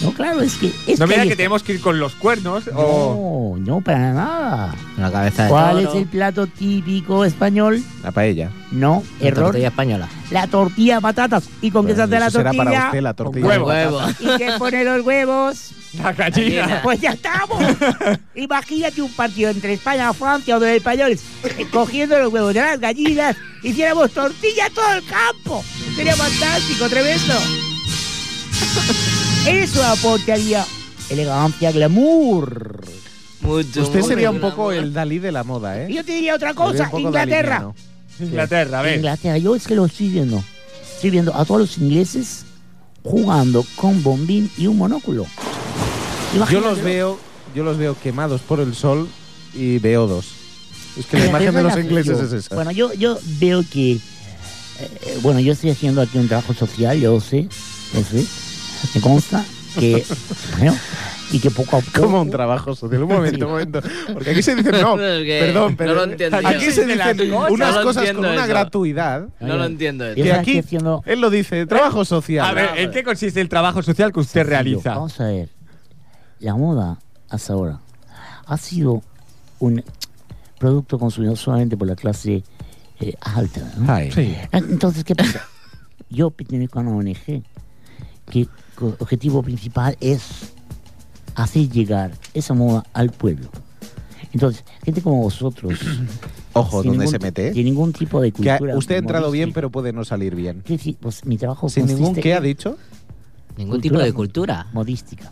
[SPEAKER 3] No, claro, es que. Es
[SPEAKER 1] No me diga
[SPEAKER 3] hay-
[SPEAKER 1] que tenemos que ir con los cuernos o...
[SPEAKER 3] No, no, para nada.
[SPEAKER 4] Una cabeza de
[SPEAKER 3] ¿Cuál
[SPEAKER 4] toro,
[SPEAKER 3] es el plato típico español?
[SPEAKER 2] La paella.
[SPEAKER 3] No,
[SPEAKER 4] una
[SPEAKER 3] error.
[SPEAKER 4] tortilla española.
[SPEAKER 3] La tortilla de patatas. ¿Y con qué se
[SPEAKER 2] Bueno,
[SPEAKER 3] hace la
[SPEAKER 2] eso será
[SPEAKER 3] tortilla?
[SPEAKER 2] para usted la tortilla.
[SPEAKER 1] huevo.
[SPEAKER 4] Huevo.
[SPEAKER 3] ¿Y qué pone los huevos?
[SPEAKER 1] La gallina.
[SPEAKER 3] Pues ya estamos. Imagínate un partido entre España, Francia o dos españoles eh, cogiendo los huevos de las gallinas. Hiciéramos tortilla a todo el campo. Sería fantástico, tremendo. Eso aportaría elegancia, glamour.
[SPEAKER 4] Mucho,
[SPEAKER 2] Usted
[SPEAKER 4] mucho
[SPEAKER 2] sería un
[SPEAKER 4] glamour.
[SPEAKER 2] poco el Dalí de la moda,
[SPEAKER 3] Y
[SPEAKER 2] ¿eh?
[SPEAKER 3] yo te diría otra cosa.
[SPEAKER 2] Sería un poco
[SPEAKER 3] Inglaterra.
[SPEAKER 2] daliniano.
[SPEAKER 1] Inglaterra, a ver.
[SPEAKER 3] Inglaterra, yo es que lo estoy viendo. Estoy viendo a todos los ingleses jugando con bombín y un monóculo.
[SPEAKER 2] Yo
[SPEAKER 3] Imagínate,
[SPEAKER 2] los
[SPEAKER 3] ¿no?
[SPEAKER 2] veo, yo los veo quemados por el sol y veo dos. Es que la
[SPEAKER 3] Mira,
[SPEAKER 2] imagen
[SPEAKER 3] esa
[SPEAKER 2] de
[SPEAKER 3] es
[SPEAKER 2] los
[SPEAKER 3] la que
[SPEAKER 2] ingleses
[SPEAKER 3] yo-
[SPEAKER 2] es esa.
[SPEAKER 3] Bueno, yo, yo veo que. eh, eh, bueno, yo estoy haciendo aquí un trabajo social, yo sé, yo sé. Me consta que. bueno, y que poco a poco.
[SPEAKER 2] Como un trabajo social. Un momento, un momento. Porque aquí se dice no.
[SPEAKER 4] Es que
[SPEAKER 2] Perdón, pero.
[SPEAKER 4] no lo entiendo.
[SPEAKER 2] Aquí se
[SPEAKER 1] Yo-
[SPEAKER 2] dicen
[SPEAKER 1] No lo
[SPEAKER 2] unas cosas con
[SPEAKER 4] entiendo
[SPEAKER 2] una
[SPEAKER 4] eso.
[SPEAKER 2] gratuidad.
[SPEAKER 4] No lo entiendo
[SPEAKER 3] Yo
[SPEAKER 4] eso.
[SPEAKER 2] Que
[SPEAKER 3] estoy
[SPEAKER 2] aquí-
[SPEAKER 3] haciendo.
[SPEAKER 2] Él lo dice, trabajo social.
[SPEAKER 1] A ver, ¿en qué consiste el trabajo social que usted realiza?
[SPEAKER 3] Vamos a ver. La moda hasta ahora ha sido un producto consumido solamente por la clase eh, alta. ¿no?
[SPEAKER 2] Ay.
[SPEAKER 3] Entonces, ¿qué pasa? Yo pertenezco a una ONG que co- objetivo principal es hacer llegar esa moda al pueblo. Entonces, gente como vosotros.
[SPEAKER 2] Ojo,
[SPEAKER 3] sin
[SPEAKER 2] donde
[SPEAKER 3] ningún
[SPEAKER 2] se
[SPEAKER 3] ti-
[SPEAKER 2] mete.
[SPEAKER 3] Sin ningún tipo de
[SPEAKER 2] Que
[SPEAKER 3] cultura.
[SPEAKER 2] usted ha entrado bien,
[SPEAKER 3] humorística.
[SPEAKER 2] pero puede no salir bien.
[SPEAKER 3] Quiero decir, pues, mi trabajo
[SPEAKER 2] Sin ningún
[SPEAKER 3] consiste
[SPEAKER 2] qué ha
[SPEAKER 3] en
[SPEAKER 2] dicho.
[SPEAKER 4] Ningún tipo de cultura.
[SPEAKER 3] Modística.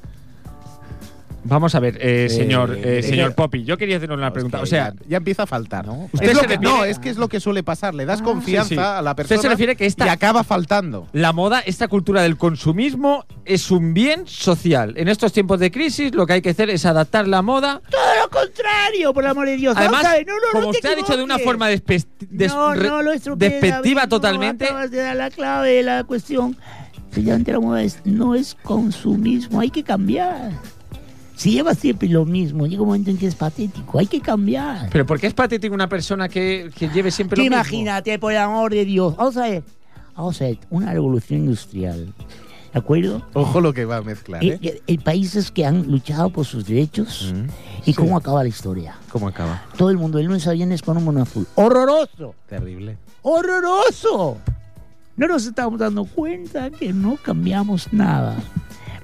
[SPEAKER 1] Vamos a ver, eh, señor, eh,
[SPEAKER 2] eh,
[SPEAKER 1] señor Poppy, yo quería hacerle una pregunta.
[SPEAKER 2] Es
[SPEAKER 1] O
[SPEAKER 2] que
[SPEAKER 1] sea,
[SPEAKER 2] ya, ya empieza a faltar.
[SPEAKER 3] No.
[SPEAKER 2] Es
[SPEAKER 1] Usted se
[SPEAKER 2] lo que-
[SPEAKER 1] refiere- Ah,
[SPEAKER 2] no, es que es lo que suele pasar. Le das confianza
[SPEAKER 1] sí, sí.
[SPEAKER 2] a la
[SPEAKER 1] Usted se
[SPEAKER 2] persona.
[SPEAKER 1] refiere que esta-
[SPEAKER 2] Y acaba faltando.
[SPEAKER 1] la moda, esta cultura del consumismo es un bien social. En estos tiempos de crisis lo que hay que hacer es adaptar la moda.
[SPEAKER 3] Todo lo contrario, por el amor de Dios. Vamos
[SPEAKER 1] Además,
[SPEAKER 3] a ver, no, no, no
[SPEAKER 1] como
[SPEAKER 3] te
[SPEAKER 1] usted ha dicho de una
[SPEAKER 3] equivoques.
[SPEAKER 1] forma despe- des-
[SPEAKER 3] no,
[SPEAKER 1] re-
[SPEAKER 3] no, lo estropeé,
[SPEAKER 1] despectiva
[SPEAKER 3] David, no,
[SPEAKER 1] totalmente.
[SPEAKER 3] acabas de dar la clave de la cuestión. Sencillamente la moda es, no es consumismo, hay que cambiar. Si llevas siempre lo mismo, llega un momento en que es patético, hay que cambiar.
[SPEAKER 1] Pero ¿por qué es patético una persona que, que lleve siempre lo
[SPEAKER 3] Tú
[SPEAKER 1] mismo?
[SPEAKER 3] Imagínate, por el amor de Dios. Vamos a ver, vamos a ver, una revolución industrial. ¿De acuerdo?
[SPEAKER 2] Ojo lo que va a mezclar,
[SPEAKER 3] Eh,
[SPEAKER 2] ¿eh?
[SPEAKER 3] eh, eh, países que han luchado por sus
[SPEAKER 2] Mm,
[SPEAKER 3] derechos y cómo acaba la historia.
[SPEAKER 2] ¿Cómo acaba?
[SPEAKER 3] Todo el mundo el lunes a viernes con un mono azul. ¡Horroroso!
[SPEAKER 2] Terrible.
[SPEAKER 3] ¡Horroroso! No nos estamos dando cuenta que no cambiamos nada.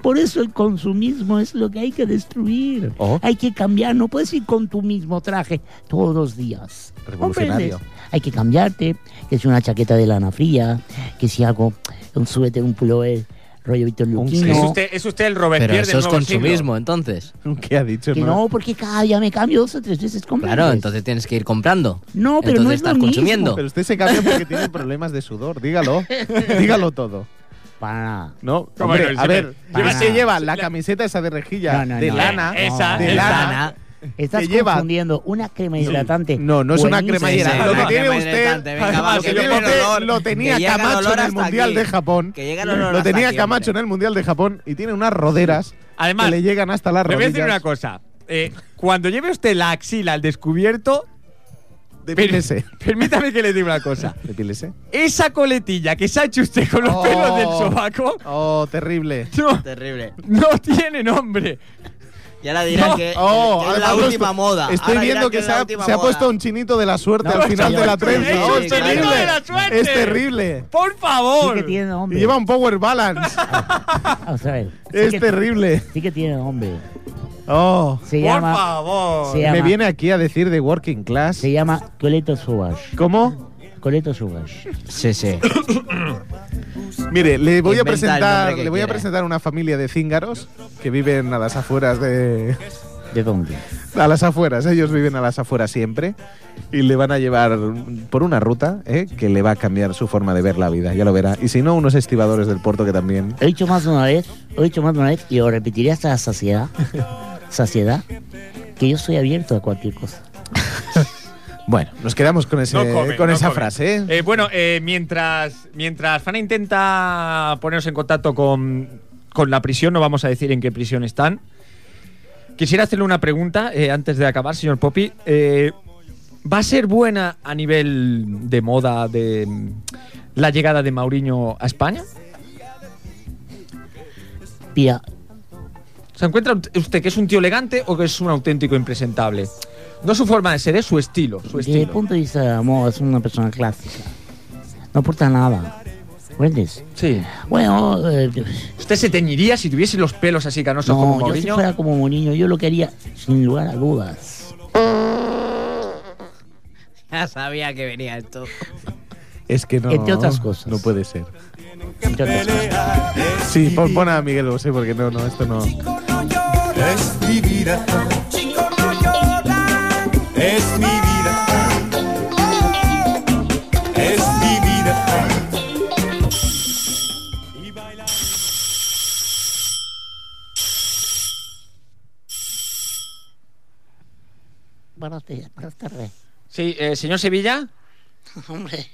[SPEAKER 12] Por eso el consumismo es lo que hay que destruir.
[SPEAKER 2] Oh.
[SPEAKER 12] Hay que cambiar. No puedes ir con tu mismo traje todos los días.
[SPEAKER 2] Revolucionario.
[SPEAKER 12] ¿Comprendes? Hay que cambiarte. Que si una chaqueta de lana fría, que si hago un suéter, un pullover, rollo Víctor
[SPEAKER 1] Es
[SPEAKER 12] Luquino.
[SPEAKER 1] usted, es usted el Robert
[SPEAKER 4] Pero
[SPEAKER 1] Pierre
[SPEAKER 4] eso
[SPEAKER 1] del
[SPEAKER 4] es
[SPEAKER 1] nuevo siglo.
[SPEAKER 4] consumismo, entonces.
[SPEAKER 2] ¿Qué ha dicho?
[SPEAKER 12] Que no, porque cada día me cambio dos o tres veces. ¿comprendes?
[SPEAKER 4] Claro, entonces tienes que ir comprando.
[SPEAKER 12] Pues. No, pero
[SPEAKER 4] entonces
[SPEAKER 12] no es
[SPEAKER 4] estás
[SPEAKER 12] lo mismo.
[SPEAKER 4] consumiendo.
[SPEAKER 2] Pero usted se cambia porque tiene problemas de sudor. Dígalo. Dígalo todo.
[SPEAKER 12] Para nada.
[SPEAKER 2] No,
[SPEAKER 1] ¿Cómo
[SPEAKER 2] hombre,
[SPEAKER 1] no?
[SPEAKER 2] a ver,
[SPEAKER 12] Para
[SPEAKER 2] lleva, se
[SPEAKER 12] nada.
[SPEAKER 2] lleva la camiseta esa de rejilla,
[SPEAKER 12] No, no,
[SPEAKER 2] de
[SPEAKER 12] no.
[SPEAKER 2] lana,
[SPEAKER 1] Esa,
[SPEAKER 2] de
[SPEAKER 1] esa.
[SPEAKER 2] lana.
[SPEAKER 12] Estás
[SPEAKER 2] Te lleva-
[SPEAKER 12] confundiendo una crema hidratante.
[SPEAKER 2] No, no es una
[SPEAKER 12] buenísima.
[SPEAKER 2] crema hierana.
[SPEAKER 4] Sí,
[SPEAKER 2] Lo
[SPEAKER 4] sí,
[SPEAKER 2] que
[SPEAKER 4] sí.
[SPEAKER 2] tiene
[SPEAKER 4] Crema
[SPEAKER 2] usted,
[SPEAKER 4] hidratante, venga, va,
[SPEAKER 2] lo que
[SPEAKER 4] que
[SPEAKER 2] tiene
[SPEAKER 4] llegue el
[SPEAKER 2] usted
[SPEAKER 4] olor,
[SPEAKER 2] lo tenía
[SPEAKER 4] que llegue el
[SPEAKER 2] Camacho
[SPEAKER 4] olor
[SPEAKER 2] en el
[SPEAKER 4] hasta
[SPEAKER 2] Mundial
[SPEAKER 4] aquí.
[SPEAKER 2] de Japón.
[SPEAKER 4] Que llegue el olor
[SPEAKER 2] Lo
[SPEAKER 4] hasta
[SPEAKER 2] tenía
[SPEAKER 4] aquí,
[SPEAKER 2] Camacho en
[SPEAKER 4] hombre.
[SPEAKER 2] el Mundial de Japón y tiene unas roderas
[SPEAKER 1] Además,
[SPEAKER 2] que le llegan hasta las
[SPEAKER 1] Le voy a
[SPEAKER 2] rodillas.
[SPEAKER 1] decir una cosa. Eh, cuando lleve usted la axila al descubierto,
[SPEAKER 2] Depílese.
[SPEAKER 1] permítame que le diga una cosa.
[SPEAKER 2] Depílese.
[SPEAKER 1] Esa coletilla que se ha hecho usted con los
[SPEAKER 2] Oh.
[SPEAKER 1] pelos del sobaco
[SPEAKER 2] Oh, terrible.
[SPEAKER 1] no,
[SPEAKER 4] Terrible.
[SPEAKER 1] no tiene nombre.
[SPEAKER 4] Y ahora dirán
[SPEAKER 1] No.
[SPEAKER 4] que,
[SPEAKER 2] Oh,
[SPEAKER 4] Eh, que es
[SPEAKER 2] además
[SPEAKER 4] la
[SPEAKER 2] lo
[SPEAKER 4] última
[SPEAKER 2] estu-
[SPEAKER 4] moda.
[SPEAKER 2] Estoy
[SPEAKER 4] Ahora dirán
[SPEAKER 2] viendo que,
[SPEAKER 4] es
[SPEAKER 2] se,
[SPEAKER 4] la
[SPEAKER 2] ha,
[SPEAKER 4] última
[SPEAKER 2] se ha
[SPEAKER 4] moda.
[SPEAKER 2] puesto un chinito de la suerte
[SPEAKER 12] No,
[SPEAKER 2] al final
[SPEAKER 12] señor,
[SPEAKER 2] de la
[SPEAKER 12] tú eres
[SPEAKER 2] trenza.
[SPEAKER 1] un
[SPEAKER 2] Oh,
[SPEAKER 1] chinito
[SPEAKER 2] terrible.
[SPEAKER 1] de la suerte.
[SPEAKER 2] Es terrible.
[SPEAKER 1] Por
[SPEAKER 12] Sí
[SPEAKER 1] favor.
[SPEAKER 12] que tiene
[SPEAKER 2] Y este
[SPEAKER 12] nombre.
[SPEAKER 2] lleva un power balance.
[SPEAKER 12] Vamos a ver. Sí
[SPEAKER 2] es
[SPEAKER 12] que-
[SPEAKER 2] terrible.
[SPEAKER 12] Sí que tiene nombre.
[SPEAKER 2] Oh.
[SPEAKER 12] Se
[SPEAKER 1] Por
[SPEAKER 12] llama,
[SPEAKER 1] favor.
[SPEAKER 12] se
[SPEAKER 2] Me
[SPEAKER 12] llama,
[SPEAKER 2] viene aquí a decir de working class.
[SPEAKER 12] se llama Coleto Subash.
[SPEAKER 2] ¿Cómo?
[SPEAKER 12] Coleto Subash.
[SPEAKER 4] Sí, sí.
[SPEAKER 2] Mire, le voy a
[SPEAKER 4] Inventa el
[SPEAKER 2] presentar,
[SPEAKER 4] nombre que
[SPEAKER 2] le voy a
[SPEAKER 4] quiera.
[SPEAKER 2] presentar una familia de cíngaros que viven a las afueras de
[SPEAKER 12] ¿De dónde?
[SPEAKER 2] a las afueras, ellos viven a las afueras siempre y le van a llevar por una ruta ¿eh? que le va a cambiar su forma de ver la vida, ya lo verá. Y si no, unos estibadores del puerto que también.
[SPEAKER 12] He dicho más de una vez, he dicho más de una vez y lo repetiré hasta la saciedad. saciedad. Que yo soy abierto a cualquier cosa.
[SPEAKER 2] Bueno, nos quedamos con ese,
[SPEAKER 1] No come,
[SPEAKER 2] con
[SPEAKER 1] no
[SPEAKER 2] esa
[SPEAKER 1] come.
[SPEAKER 2] frase. ¿eh?
[SPEAKER 1] Eh, bueno, eh, mientras, mientras Fana intenta ponernos en contacto con, con la prisión, no vamos a decir en qué prisión están. Quisiera hacerle una pregunta eh, antes de acabar, señor Poppy. Eh, ¿Va a ser buena a nivel de moda de mm, la llegada de Mauriño a España?
[SPEAKER 12] Pía,
[SPEAKER 1] ¿Se encuentra usted que es un tío elegante o que es un auténtico impresentable? No su forma de ser, es su estilo. Su
[SPEAKER 12] desde el
[SPEAKER 1] estilo.
[SPEAKER 12] punto de vista de amor, es una persona clásica. No aporta nada. ¿Comprendes?
[SPEAKER 1] Sí.
[SPEAKER 12] Bueno, eh,
[SPEAKER 1] ¿Usted se teñiría si tuviese los pelos así canosos como
[SPEAKER 12] no, yo si
[SPEAKER 1] Mauriño?
[SPEAKER 12] fuera como un niño, yo lo que haría, sin lugar a dudas.
[SPEAKER 4] Ya sabía que venía esto.
[SPEAKER 2] Es que no.
[SPEAKER 12] Entre otras cosas.
[SPEAKER 2] No puede ser.
[SPEAKER 12] Entre otras cosas.
[SPEAKER 2] Sí, pon, pon a Miguel Bosé porque no, no, esto no.
[SPEAKER 7] Es mi vida. Es mi vida. Es mi vida.
[SPEAKER 12] Buenos días, buenas tardes.
[SPEAKER 1] Sí, eh, señor Sevilla.
[SPEAKER 12] Hombre,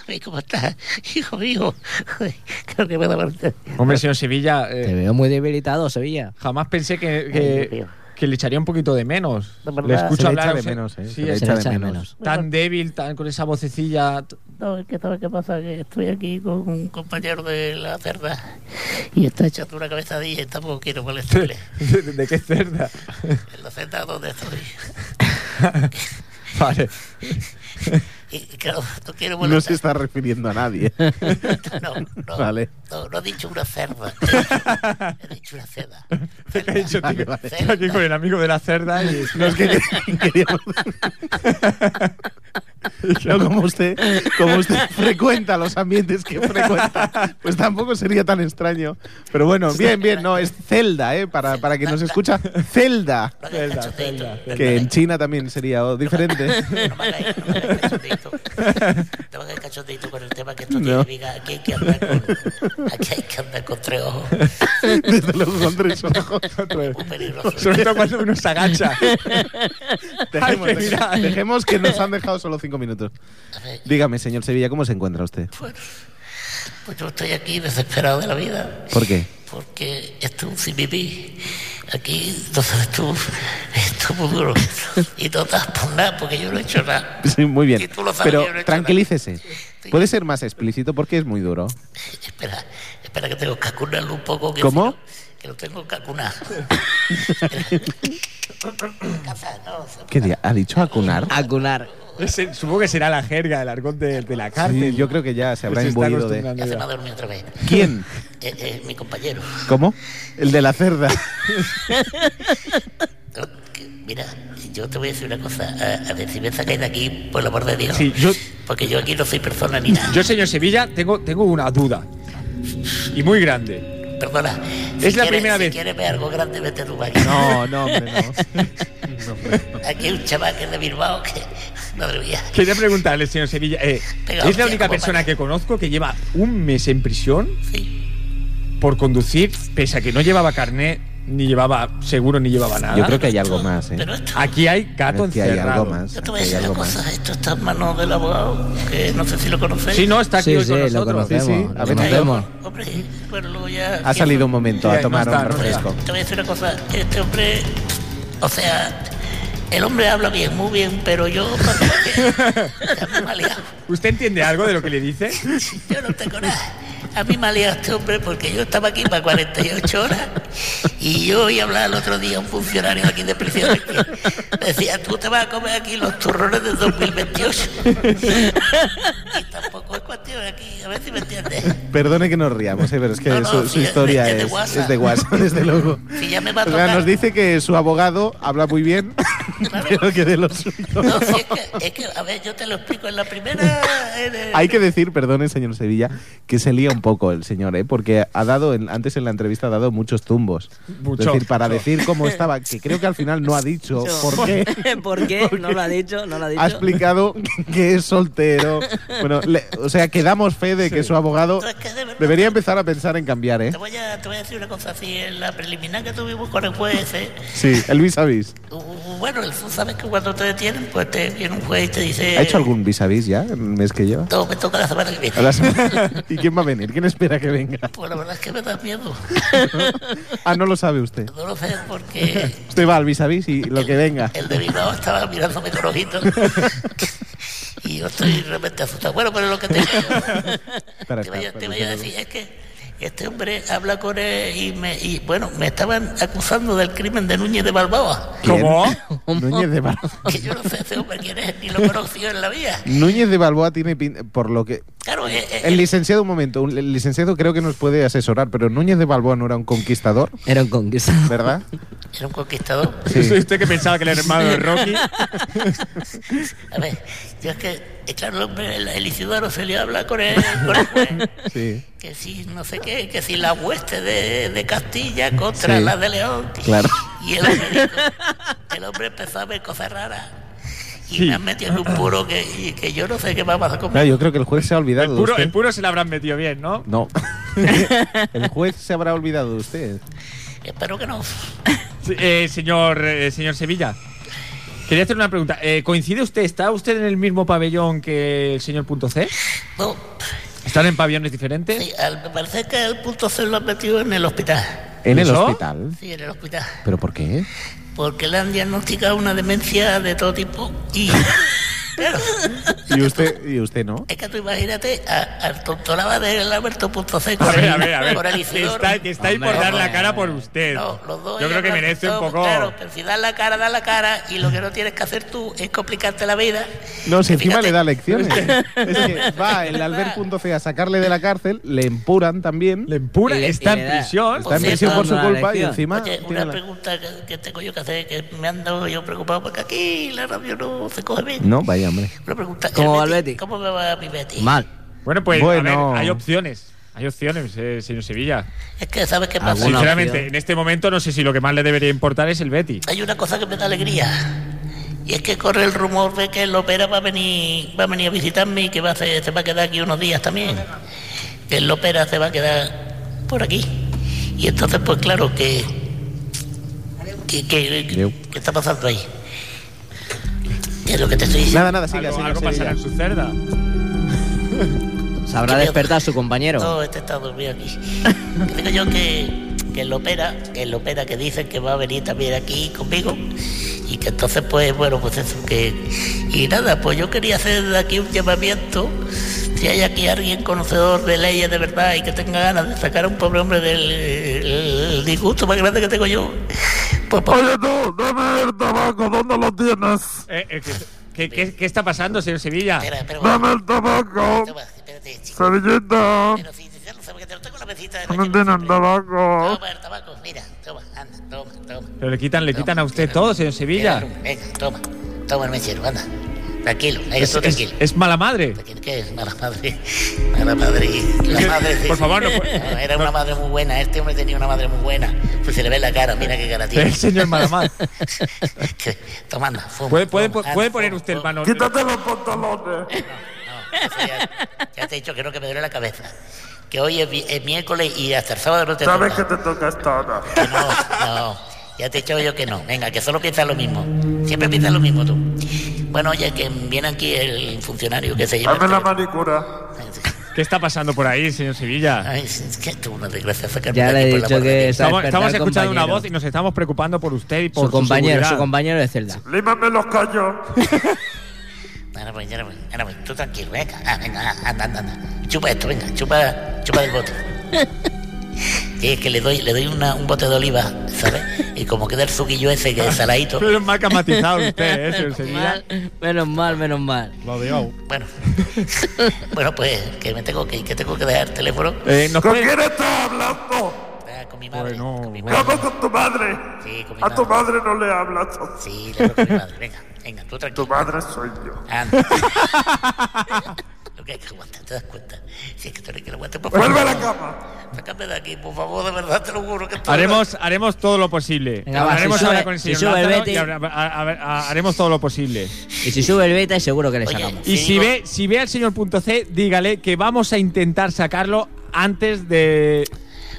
[SPEAKER 12] Tommy, ¿cómo estás? Hijo mío. Joder, Creo que me da parte.
[SPEAKER 1] Hombre, señor Sevilla, eh,
[SPEAKER 4] Te veo muy debilitado, Sevilla.
[SPEAKER 1] jamás pensé que,
[SPEAKER 12] que- Ay, Dios mío.
[SPEAKER 1] le echaría un poquito de menos.
[SPEAKER 12] De verdad.
[SPEAKER 1] Le
[SPEAKER 12] Le
[SPEAKER 1] escucho
[SPEAKER 12] escucho
[SPEAKER 2] Se le
[SPEAKER 1] hablar
[SPEAKER 2] echa de menos, ¿eh? se le
[SPEAKER 4] es-
[SPEAKER 2] echa
[SPEAKER 4] se le
[SPEAKER 2] de
[SPEAKER 4] echa de
[SPEAKER 2] menos.
[SPEAKER 1] tan débil, con esa vocecilla.
[SPEAKER 12] No, es que ¿sabes qué pasa? Que estoy aquí con un compañero de la cerda y está echando una cabezadilla y tampoco quiero molestarle.
[SPEAKER 1] ¿De, qué cerda?
[SPEAKER 12] en la cerda donde estoy.
[SPEAKER 1] Vale.
[SPEAKER 12] Y claro, no quiero
[SPEAKER 2] No se
[SPEAKER 12] molestar.
[SPEAKER 2] está refiriendo a nadie.
[SPEAKER 12] No, no,
[SPEAKER 2] Vale.
[SPEAKER 12] no, no he dicho una cerda. he dicho una cerda.
[SPEAKER 1] He dicho, tío,
[SPEAKER 12] vale.
[SPEAKER 1] estoy aquí con el amigo de la cerda y.
[SPEAKER 2] No es que queríamos- No, como usted, como usted frecuenta los ambientes que frecuenta, pues tampoco sería tan extraño. Pero bueno, bien, bien, no, es Zelda, ¿eh? Para, para que nos escucha, Zelda,
[SPEAKER 12] No hagáis cachondeo. No
[SPEAKER 2] que en China también sería oh, diferente.
[SPEAKER 12] me hagáis- no me hagáis cachondeito. No me hagáis cachondeito con el tema que esto tiene,
[SPEAKER 2] No.
[SPEAKER 12] diga, aquí hay que andar con, aquí hay que andar con tres ojos.
[SPEAKER 2] Desde luego, con tres ojos.
[SPEAKER 12] Muy peligroso.
[SPEAKER 1] Sobre todo cuando uno se agacha.
[SPEAKER 2] Dejemos,
[SPEAKER 1] Hay que mirar.
[SPEAKER 2] dejemos que nos han dejado solo cinco minutos. Dígame, señor Sevilla, ¿cómo se encuentra usted?
[SPEAKER 12] Pues yo estoy aquí desesperado de la vida
[SPEAKER 2] ¿Por qué?
[SPEAKER 12] porque esto es un CPP. Aquí, no sabes tú, esto es muy duro. Y no das por nada porque yo no he hecho nada.
[SPEAKER 2] Sí, muy bien.
[SPEAKER 12] Y tú lo sabes,
[SPEAKER 2] Pero
[SPEAKER 12] yo no he hecho
[SPEAKER 2] tranquilícese. Puede ser más explícito porque es muy duro.
[SPEAKER 12] Espera, espera que tengo que acunarlo un poco. Que
[SPEAKER 2] ¿Cómo?
[SPEAKER 12] si no- que lo tengo que acunar. Casa, no,
[SPEAKER 2] ¿Qué día? ¿Ha dicho acunar?
[SPEAKER 4] Acunar.
[SPEAKER 1] Ese- supongo que será la jerga, el argot de, de la cárcel.
[SPEAKER 2] Sí, yo creo que ya se habrá
[SPEAKER 1] Se está
[SPEAKER 2] imbuido de.
[SPEAKER 1] acostumbrando
[SPEAKER 12] Ya se me
[SPEAKER 1] ya.
[SPEAKER 12] ha dormido otra vez.
[SPEAKER 2] ¿Quién?
[SPEAKER 12] Eh, eh, mi compañero.
[SPEAKER 2] ¿Cómo? El de la cerda.
[SPEAKER 12] Mira, yo te voy a decir una cosa. A, a ver si me sacáis de aquí, por el amor de Dios.
[SPEAKER 1] Sí, yo,
[SPEAKER 12] Porque yo aquí no soy persona ni nada.
[SPEAKER 1] yo, señor Sevilla, tengo, tengo una duda. Y muy grande.
[SPEAKER 12] Perdona.
[SPEAKER 1] Es la primera
[SPEAKER 12] si
[SPEAKER 1] vez.
[SPEAKER 12] quieres ver algo grande, vete tú aquí.
[SPEAKER 2] No, no, hombre, no.
[SPEAKER 12] Aquí hay un chaval que es de Bilbao que... Madre mía.
[SPEAKER 1] Quería preguntarle, señor Sevilla, eh,
[SPEAKER 12] Pero,
[SPEAKER 1] ¿es
[SPEAKER 12] hostia,
[SPEAKER 1] la única
[SPEAKER 12] ¿cómo
[SPEAKER 1] persona
[SPEAKER 12] pasa?
[SPEAKER 1] que conozco que lleva un mes en prisión
[SPEAKER 12] Sí.
[SPEAKER 1] por conducir, pese a que no llevaba carnet, ni llevaba seguro, ni llevaba nada?
[SPEAKER 2] Yo creo que hay algo más, ¿eh?
[SPEAKER 12] Ah, Pero esto...
[SPEAKER 1] Aquí hay gato
[SPEAKER 2] Es que hay
[SPEAKER 1] encerrado.
[SPEAKER 2] algo más.
[SPEAKER 12] Yo te voy a
[SPEAKER 2] aquí hay
[SPEAKER 12] decir Pues
[SPEAKER 2] algo
[SPEAKER 12] una cosa.
[SPEAKER 2] más.
[SPEAKER 12] Esto está en manos del abogado, que no sé si lo conocéis.
[SPEAKER 1] Sí, no, está aquí hoy
[SPEAKER 4] Sí,
[SPEAKER 1] con
[SPEAKER 4] sí, lo
[SPEAKER 1] nosotros.
[SPEAKER 4] conocemos.
[SPEAKER 2] Sí, sí,
[SPEAKER 4] lo
[SPEAKER 2] a ver,
[SPEAKER 12] Hombre,
[SPEAKER 4] conocemos.
[SPEAKER 12] Hombre, pues luego ya...
[SPEAKER 2] Ha salido un momento
[SPEAKER 1] Sí,
[SPEAKER 2] a
[SPEAKER 1] no
[SPEAKER 2] tomar
[SPEAKER 1] está,
[SPEAKER 2] un
[SPEAKER 1] no está.
[SPEAKER 2] refresco.
[SPEAKER 12] Te voy a decir una cosa, este hombre, o sea, el hombre habla bien, muy bien, pero yo a mí me ha liado.
[SPEAKER 1] ¿Usted entiende algo de lo que le dice?
[SPEAKER 12] Yo no tengo nada. A mí me ha liado este hombre porque yo estaba aquí para 48 horas y yo oí hablar el otro día a un funcionario de aquí de prisión que decía, tú te vas a comer aquí los turrones del 2028. y tampoco es cuestión aquí, a ver si me entiendes.
[SPEAKER 2] Perdone que nos riamos, eh, pero es que
[SPEAKER 12] No, no,
[SPEAKER 2] su, su
[SPEAKER 12] sí, es de-
[SPEAKER 2] historia
[SPEAKER 12] es de
[SPEAKER 2] es,
[SPEAKER 12] WhatsApp.
[SPEAKER 2] es de WhatsApp, desde luego.
[SPEAKER 12] Si ya me va a
[SPEAKER 2] O sea,
[SPEAKER 12] tocar.
[SPEAKER 2] nos dice que su abogado habla muy bien, pero que de lo suyo.
[SPEAKER 12] No, si es, que, es que, a ver, yo te lo explico en la primera... en el-
[SPEAKER 2] Hay que decir, perdone, señor Sevilla, que se lía un poco el señor, ¿eh? porque ha dado, en- antes en la entrevista ha dado muchos tumbos.
[SPEAKER 1] Mucho,
[SPEAKER 2] es decir, para
[SPEAKER 1] mucho.
[SPEAKER 2] decir cómo estaba, que creo que al final no ha dicho por qué.
[SPEAKER 4] ¿Por qué? No lo ha dicho, no lo ha dicho.
[SPEAKER 2] Ha explicado que es soltero. Bueno, le- o sea, que damos fe de que su abogado
[SPEAKER 12] No, es que de verdad-
[SPEAKER 2] debería empezar a pensar en cambiar, ¿eh?
[SPEAKER 12] Te voy, a, te voy a decir una cosa así. En la preliminar que tuvimos con el juez, eh,
[SPEAKER 2] Sí, el vis a vis.
[SPEAKER 12] u- bueno, el- tú sabes que cuando te detienen, pues te viene un juez y te dice.
[SPEAKER 2] ¿Ha hecho algún vis a vis ya el mes que lleva?
[SPEAKER 12] No, me toca la semana que viene.
[SPEAKER 2] A la semana. ¿Y quién va a venir? ¿Quién espera que venga?
[SPEAKER 12] Pues la verdad es que me da miedo.
[SPEAKER 2] Ah, no lo sabe usted.
[SPEAKER 12] No lo sé porque.
[SPEAKER 2] Usted va al vis a vis y lo que venga.
[SPEAKER 12] El de Bilbao estaba mirándome con ojitos. y yo estoy realmente asustado. Bueno, pero lo que te
[SPEAKER 2] Para
[SPEAKER 12] te voy a-
[SPEAKER 2] estar,
[SPEAKER 12] te
[SPEAKER 2] para
[SPEAKER 12] voy a
[SPEAKER 2] estar.
[SPEAKER 12] decir es que este hombre habla con él y, me, y bueno, me estaban acusando del crimen de Núñez de Balboa.
[SPEAKER 2] ¿Quién?
[SPEAKER 1] ¿Cómo?
[SPEAKER 2] Núñez de Balboa.
[SPEAKER 12] Que yo no sé ese hombre quién es, ni lo conoció en la vida.
[SPEAKER 2] Núñez de Balboa tiene pinta, por lo que...
[SPEAKER 12] Claro, eh, eh,
[SPEAKER 2] El licenciado, un momento, un- el licenciado creo que nos puede asesorar, pero Núñez de Balboa no era un conquistador,
[SPEAKER 4] Era un conquistador.
[SPEAKER 2] ¿verdad?
[SPEAKER 12] era un conquistador.
[SPEAKER 2] Sí.
[SPEAKER 1] ¿Usted que pensaba que era el hermano de Rocky?
[SPEAKER 12] A ver, yo es que, eh, claro, el hombre, el, el Isidoro se le habla con él, con el juez,
[SPEAKER 2] Sí,
[SPEAKER 12] que si no sé qué, que si la hueste de, de Castilla contra
[SPEAKER 2] Sí.
[SPEAKER 12] la de León.
[SPEAKER 2] claro.
[SPEAKER 12] Y el hombre, dijo- el hombre empezó a ver cosas raras. Y me han metido en un puro que, y que yo no sé qué va a pasar
[SPEAKER 2] Claro,
[SPEAKER 12] conmigo.
[SPEAKER 2] yo creo que el juez se ha olvidado
[SPEAKER 1] El puro,
[SPEAKER 2] de
[SPEAKER 1] el
[SPEAKER 2] usted.
[SPEAKER 1] puro se la habrán metido bien, ¿no?
[SPEAKER 2] No. el juez se habrá olvidado de usted.
[SPEAKER 12] Espero que no.
[SPEAKER 1] Sí, eh, señor, eh, señor Sevilla, quería hacer una pregunta. Eh, ¿Coincide usted? ¿Está usted en el mismo pabellón que el señor Punto C?
[SPEAKER 12] No,
[SPEAKER 1] ¿Están en pabellones diferentes?
[SPEAKER 12] sí, al- me parece que el punto se lo han metido en el hospital.
[SPEAKER 2] En el
[SPEAKER 1] ¿Eso?
[SPEAKER 2] hospital.
[SPEAKER 12] Sí, en el hospital.
[SPEAKER 2] ¿Pero por qué?
[SPEAKER 12] Porque le han diagnosticado una demencia de todo tipo y... Claro,
[SPEAKER 2] ¿Y usted, y usted no?
[SPEAKER 12] es que tú imagínate a- al tontolaba del Alberto Punto C
[SPEAKER 1] A
[SPEAKER 12] con
[SPEAKER 1] ver,
[SPEAKER 12] el,
[SPEAKER 1] a ver, a ver.
[SPEAKER 12] con el
[SPEAKER 1] Que
[SPEAKER 12] Isidoro.
[SPEAKER 1] está, que está ahí por
[SPEAKER 4] Hombre,
[SPEAKER 1] dar la
[SPEAKER 4] hombre.
[SPEAKER 1] cara por usted.
[SPEAKER 12] No, los dos
[SPEAKER 1] Yo creo que
[SPEAKER 12] hablan
[SPEAKER 1] merece un
[SPEAKER 12] todo,
[SPEAKER 1] poco.
[SPEAKER 12] Claro, pero si das la cara, da la cara y lo que no tienes que hacer tú es complicarte la vida.
[SPEAKER 2] No, si
[SPEAKER 12] Que
[SPEAKER 2] encima
[SPEAKER 12] fíjate,
[SPEAKER 2] le da lecciones. es que va el Albert.c a sacarle de la cárcel, le empuran también,
[SPEAKER 1] Le empura,
[SPEAKER 4] Y le-
[SPEAKER 1] está
[SPEAKER 4] y le
[SPEAKER 1] en
[SPEAKER 4] da.
[SPEAKER 1] prisión.
[SPEAKER 2] está en
[SPEAKER 12] Sí,
[SPEAKER 2] prisión por su
[SPEAKER 4] dando la
[SPEAKER 2] culpa y
[SPEAKER 4] lección.
[SPEAKER 2] encima...
[SPEAKER 12] Oye,
[SPEAKER 2] tiene
[SPEAKER 12] una
[SPEAKER 2] la-
[SPEAKER 12] pregunta que, que tengo yo que hacer, que me ando yo preocupado porque aquí la radio no se coge bien.
[SPEAKER 2] No, vaya hombre.
[SPEAKER 12] Una pregunta.
[SPEAKER 4] ¿Cómo
[SPEAKER 12] el
[SPEAKER 4] va el Betis?
[SPEAKER 12] ¿Cómo me va mi Betty?
[SPEAKER 4] Mal.
[SPEAKER 1] Bueno, pues
[SPEAKER 2] Bueno.
[SPEAKER 1] a ver, hay opciones. Hay opciones, eh, señor Sevilla.
[SPEAKER 12] Es que, ¿sabes
[SPEAKER 1] Ah,
[SPEAKER 12] qué pasa?
[SPEAKER 4] Alguna
[SPEAKER 1] Sinceramente,
[SPEAKER 4] opción.
[SPEAKER 1] en este momento no sé si lo que más le debería importar es el Betty.
[SPEAKER 12] Hay una cosa que me da alegría. Y es que corre el rumor de que el Lopera va a venir, va a venir a visitarme y que va a hacer- se va a quedar aquí unos días también. Que el Lopera se va a quedar por aquí. Y entonces, pues claro, que. que, que- que-
[SPEAKER 2] Adeu.
[SPEAKER 12] ¿Qué está pasando ahí? ¿Qué es lo que te estoy diciendo?
[SPEAKER 2] Nada, nada, siga,
[SPEAKER 1] algo
[SPEAKER 2] señor
[SPEAKER 1] algo pasará
[SPEAKER 2] Sevilla.
[SPEAKER 1] en su cerda.
[SPEAKER 4] Sabrá despertar a su compañero.
[SPEAKER 12] No, este está dormido aquí. Que digo yo que, que el opera, que el opera que dicen que va a venir también aquí conmigo. Y que entonces, pues, bueno, pues eso que. Y nada, pues yo quería hacer aquí un llamamiento. Si hay aquí alguien conocedor de leyes de verdad y que tenga ganas de sacar a un pobre hombre del el disgusto más grande que tengo yo, pues, pues,
[SPEAKER 7] Oye, tú, dame el tabaco, ¿dónde lo tienes?
[SPEAKER 1] Eh, eh, que, ¿Qué, qué, qué está pasando, señor Sevilla?
[SPEAKER 7] Dame el tabaco. Servilleta. Prenden el tabaco.
[SPEAKER 12] el tabaco, mira, toma, anda, toma, toma.
[SPEAKER 1] Pero le quitan, le quitan a usted todo, señor Sevilla.
[SPEAKER 12] Venga, toma, toma el mechero, anda. Tranquilo, venga,
[SPEAKER 1] Es,
[SPEAKER 12] tú
[SPEAKER 1] es-
[SPEAKER 12] tranquilo.
[SPEAKER 1] es mala madre.
[SPEAKER 12] ¿Qué es? Mala madre. Mala madre. La madre sí,
[SPEAKER 1] Por
[SPEAKER 12] sí.
[SPEAKER 1] favor, no puede-
[SPEAKER 12] No, Era una madre muy buena, este hombre tenía una madre muy buena. Pues se le ve la cara, mira qué cara tiene.
[SPEAKER 1] El señor mala madre.
[SPEAKER 12] Tomando, fuma.
[SPEAKER 1] ¿Puede, puede,
[SPEAKER 12] fuma,
[SPEAKER 1] puede
[SPEAKER 12] anda,
[SPEAKER 1] poner
[SPEAKER 12] fuma,
[SPEAKER 1] usted el
[SPEAKER 12] fuma.
[SPEAKER 1] mano.
[SPEAKER 7] Quítate los pantalones.
[SPEAKER 12] Ya te he dicho que no, que me duele la cabeza. Que hoy es, vi- es miércoles y hasta el sábado no te
[SPEAKER 7] Sabes que
[SPEAKER 12] toca.
[SPEAKER 7] te toca esta hora.
[SPEAKER 12] No, no. Ya te he dicho yo que no. Venga, que solo piensas lo mismo. Siempre piensas lo mismo tú. Bueno, oye, que viene aquí el funcionario que se llama... este.
[SPEAKER 7] Dame la manicura.
[SPEAKER 1] ¿Qué está pasando por ahí, señor Sevilla?
[SPEAKER 12] Ay, es que tú, una desgracia, sacarme
[SPEAKER 4] Ya
[SPEAKER 12] de
[SPEAKER 4] le
[SPEAKER 12] aquí
[SPEAKER 4] he
[SPEAKER 12] por la
[SPEAKER 4] dicho
[SPEAKER 12] puerta.
[SPEAKER 4] que.
[SPEAKER 1] Estamos,
[SPEAKER 4] se ha
[SPEAKER 1] estamos
[SPEAKER 4] despertado el
[SPEAKER 1] escuchando una
[SPEAKER 4] compañero.
[SPEAKER 1] voz y nos estamos preocupando por usted y por
[SPEAKER 4] Su compañero,
[SPEAKER 1] seguridad.
[SPEAKER 4] su compañero de celda.
[SPEAKER 7] Límame los callos.
[SPEAKER 12] Ahora voy, ahora voy, ahora voy. Tú tranquilo, venga. Ah, venga, ah, anda, anda, anda. Chupa esto, venga, chupa, chupa del bote. Sí, es que le doy, le doy una- un bote de oliva, ¿sabes? Y como queda el suquillo ese que es saladito.
[SPEAKER 1] Pero es más camatizado usted, ¿eh, señor Sevilla?
[SPEAKER 4] Mal, menos mal, menos mal.
[SPEAKER 1] Lo veo.
[SPEAKER 12] Bueno, bueno pues que me tengo que ir, que tengo que dejar el teléfono.
[SPEAKER 1] Eh, ¿nos
[SPEAKER 7] ¿Con
[SPEAKER 1] puede-
[SPEAKER 7] quién estás hablando?
[SPEAKER 12] Ah, con mi madre.
[SPEAKER 1] Bueno,
[SPEAKER 7] ¿Qué hago con tu madre?
[SPEAKER 12] Sí, con mi
[SPEAKER 7] A tu
[SPEAKER 12] madre.
[SPEAKER 7] madre no le hablas.
[SPEAKER 12] Sí, le hablo con mi madre. Venga, venga, tú
[SPEAKER 7] Tu
[SPEAKER 12] tranquilo.
[SPEAKER 7] madre soy yo.
[SPEAKER 12] Anda. Lo que hay que aguantar, te das cuenta. Si es que tú eres que lo aguantes, por favor.
[SPEAKER 7] Vuelve a la cama.
[SPEAKER 12] Sácame de aquí, por favor, de verdad, te lo juro que esto-
[SPEAKER 1] Haremos, haremos todo lo posible.
[SPEAKER 4] Venga, va,
[SPEAKER 1] haremos
[SPEAKER 4] si sube-
[SPEAKER 1] el
[SPEAKER 4] si
[SPEAKER 1] señor
[SPEAKER 4] sube el
[SPEAKER 1] Lázaro
[SPEAKER 4] Betis.
[SPEAKER 1] y habla- ha- ha- ha- haremos todo lo posible.
[SPEAKER 4] Y si sube el beta, es seguro que le
[SPEAKER 12] Oye,
[SPEAKER 4] sacamos.
[SPEAKER 1] Y
[SPEAKER 12] Sí,
[SPEAKER 1] si
[SPEAKER 12] digo-
[SPEAKER 1] ve, si ve al señor punto C, dígale que vamos a intentar sacarlo antes de.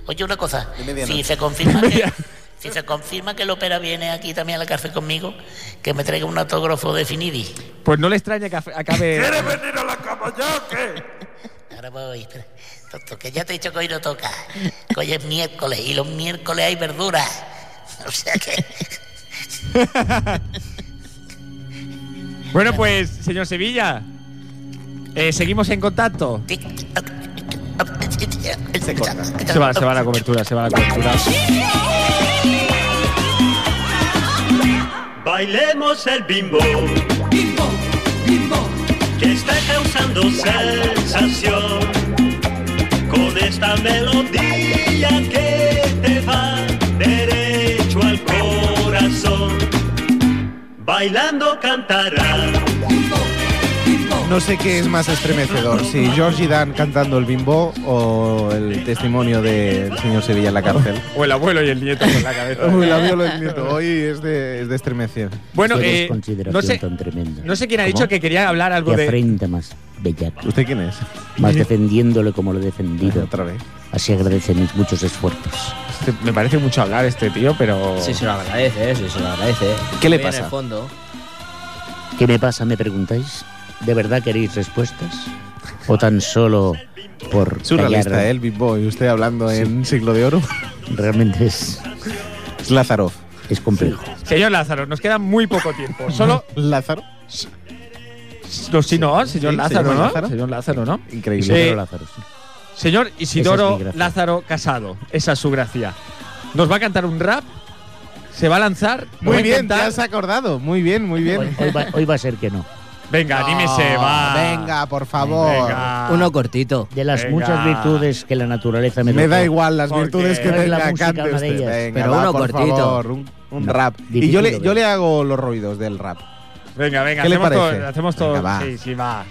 [SPEAKER 12] Oye, una cosa.
[SPEAKER 2] De medianoche.
[SPEAKER 12] Si se confirma que,
[SPEAKER 1] media-
[SPEAKER 12] si se confirma que el ópera viene aquí también a la cárcel conmigo, que me traiga un autógrafo de Finidi.
[SPEAKER 1] Pues no le extraña que af- acabe.
[SPEAKER 7] ¿Quieres venir a la cama ya o qué?
[SPEAKER 12] Ahora voy, espera. Tonto, que ya te he dicho que hoy no toca. Que hoy es miércoles y los miércoles hay verduras. O sea que.
[SPEAKER 1] Bueno, pues, señor Sevilla, eh, seguimos en contacto. Se va, se va la cobertura, se va la cobertura.
[SPEAKER 13] Bailemos el bimbo. Bimbo, bimbo. Que está causando sensación. Con esta melodía que te va derecho al corazón. Bailando cantarás.
[SPEAKER 2] No sé qué es más estremecedor, si Georgie Dan cantando el bimbo o el testimonio del señor Sevilla en la cárcel.
[SPEAKER 1] O el abuelo y el nieto con la cabeza.
[SPEAKER 2] Uy, la viola del nieto, hoy es de, es de estremecer.
[SPEAKER 1] Bueno,
[SPEAKER 3] Qué
[SPEAKER 1] eh, no
[SPEAKER 3] desconsideración
[SPEAKER 1] sé,
[SPEAKER 3] tan tremenda.
[SPEAKER 1] no sé quién ha
[SPEAKER 3] ¿Cómo?
[SPEAKER 1] dicho que quería hablar algo
[SPEAKER 3] Qué
[SPEAKER 1] de.
[SPEAKER 3] afrenta más bellaco.
[SPEAKER 2] ¿Usted quién es?
[SPEAKER 3] Más defendiéndole como lo he defendido.
[SPEAKER 2] Otra vez.
[SPEAKER 3] Así agradece mis muchos esfuerzos.
[SPEAKER 1] Este- me parece mucho hablar este tío, pero.
[SPEAKER 4] Sí, se lo agradece, eh, sí, se lo agradece.
[SPEAKER 2] ¿Qué le
[SPEAKER 4] Muy en
[SPEAKER 2] pasa?
[SPEAKER 4] el fondo.
[SPEAKER 3] ¿Qué me pasa, me preguntáis? ¿De verdad queréis respuestas? ¿O tan solo por
[SPEAKER 2] Surrealista,
[SPEAKER 3] callar?
[SPEAKER 2] ¿eh? el bimbo y usted hablando en siglo de oro.
[SPEAKER 3] Realmente es,
[SPEAKER 2] Es Lázaro.
[SPEAKER 3] es complejo.
[SPEAKER 1] Señor Lázaro, nos queda muy poco tiempo. Solo.
[SPEAKER 2] Lázaro.
[SPEAKER 1] No, sí, no, señor
[SPEAKER 2] Sí,
[SPEAKER 1] Lázaro,
[SPEAKER 2] señor
[SPEAKER 1] ¿no?
[SPEAKER 2] Lázaro.
[SPEAKER 1] Señor Lázaro, ¿no?
[SPEAKER 2] Increíble.
[SPEAKER 1] Sí.
[SPEAKER 3] Pero Lázaro, sí.
[SPEAKER 1] Señor
[SPEAKER 3] Esa
[SPEAKER 1] Isidoro
[SPEAKER 3] es mi gracia.
[SPEAKER 1] Lázaro Casado. Esa es su gracia. Nos va a cantar un rap. Se va a lanzar. va a
[SPEAKER 2] Muy bien, te
[SPEAKER 1] intentar-
[SPEAKER 2] has acordado. Muy bien, muy
[SPEAKER 3] Hoy,
[SPEAKER 2] bien.
[SPEAKER 3] hoy va, hoy va a ser que no.
[SPEAKER 1] Venga, anímese, va.
[SPEAKER 2] Venga, por favor.
[SPEAKER 1] Venga.
[SPEAKER 4] Uno cortito.
[SPEAKER 3] De las
[SPEAKER 1] Venga.
[SPEAKER 3] muchas virtudes que la naturaleza me,
[SPEAKER 2] Me da
[SPEAKER 3] dotó,
[SPEAKER 2] igual las
[SPEAKER 1] Porque
[SPEAKER 2] virtudes que
[SPEAKER 3] no es la
[SPEAKER 2] tenga,
[SPEAKER 3] música
[SPEAKER 2] cante
[SPEAKER 3] una de
[SPEAKER 2] usted.
[SPEAKER 3] ellas.
[SPEAKER 2] Venga,
[SPEAKER 4] Pero
[SPEAKER 2] va,
[SPEAKER 4] uno
[SPEAKER 2] por
[SPEAKER 4] cortito.
[SPEAKER 2] favor, un, un rap. Y
[SPEAKER 3] difícil
[SPEAKER 2] yo
[SPEAKER 3] lo
[SPEAKER 2] le, yo
[SPEAKER 3] veo.
[SPEAKER 2] le hago los ruidos del rap.
[SPEAKER 1] Venga, venga,
[SPEAKER 2] ¿Qué le
[SPEAKER 1] hacemos
[SPEAKER 2] parece?
[SPEAKER 1] todo. Hacemos
[SPEAKER 2] Venga,
[SPEAKER 1] todo.
[SPEAKER 2] va.
[SPEAKER 1] Sí, sí, va.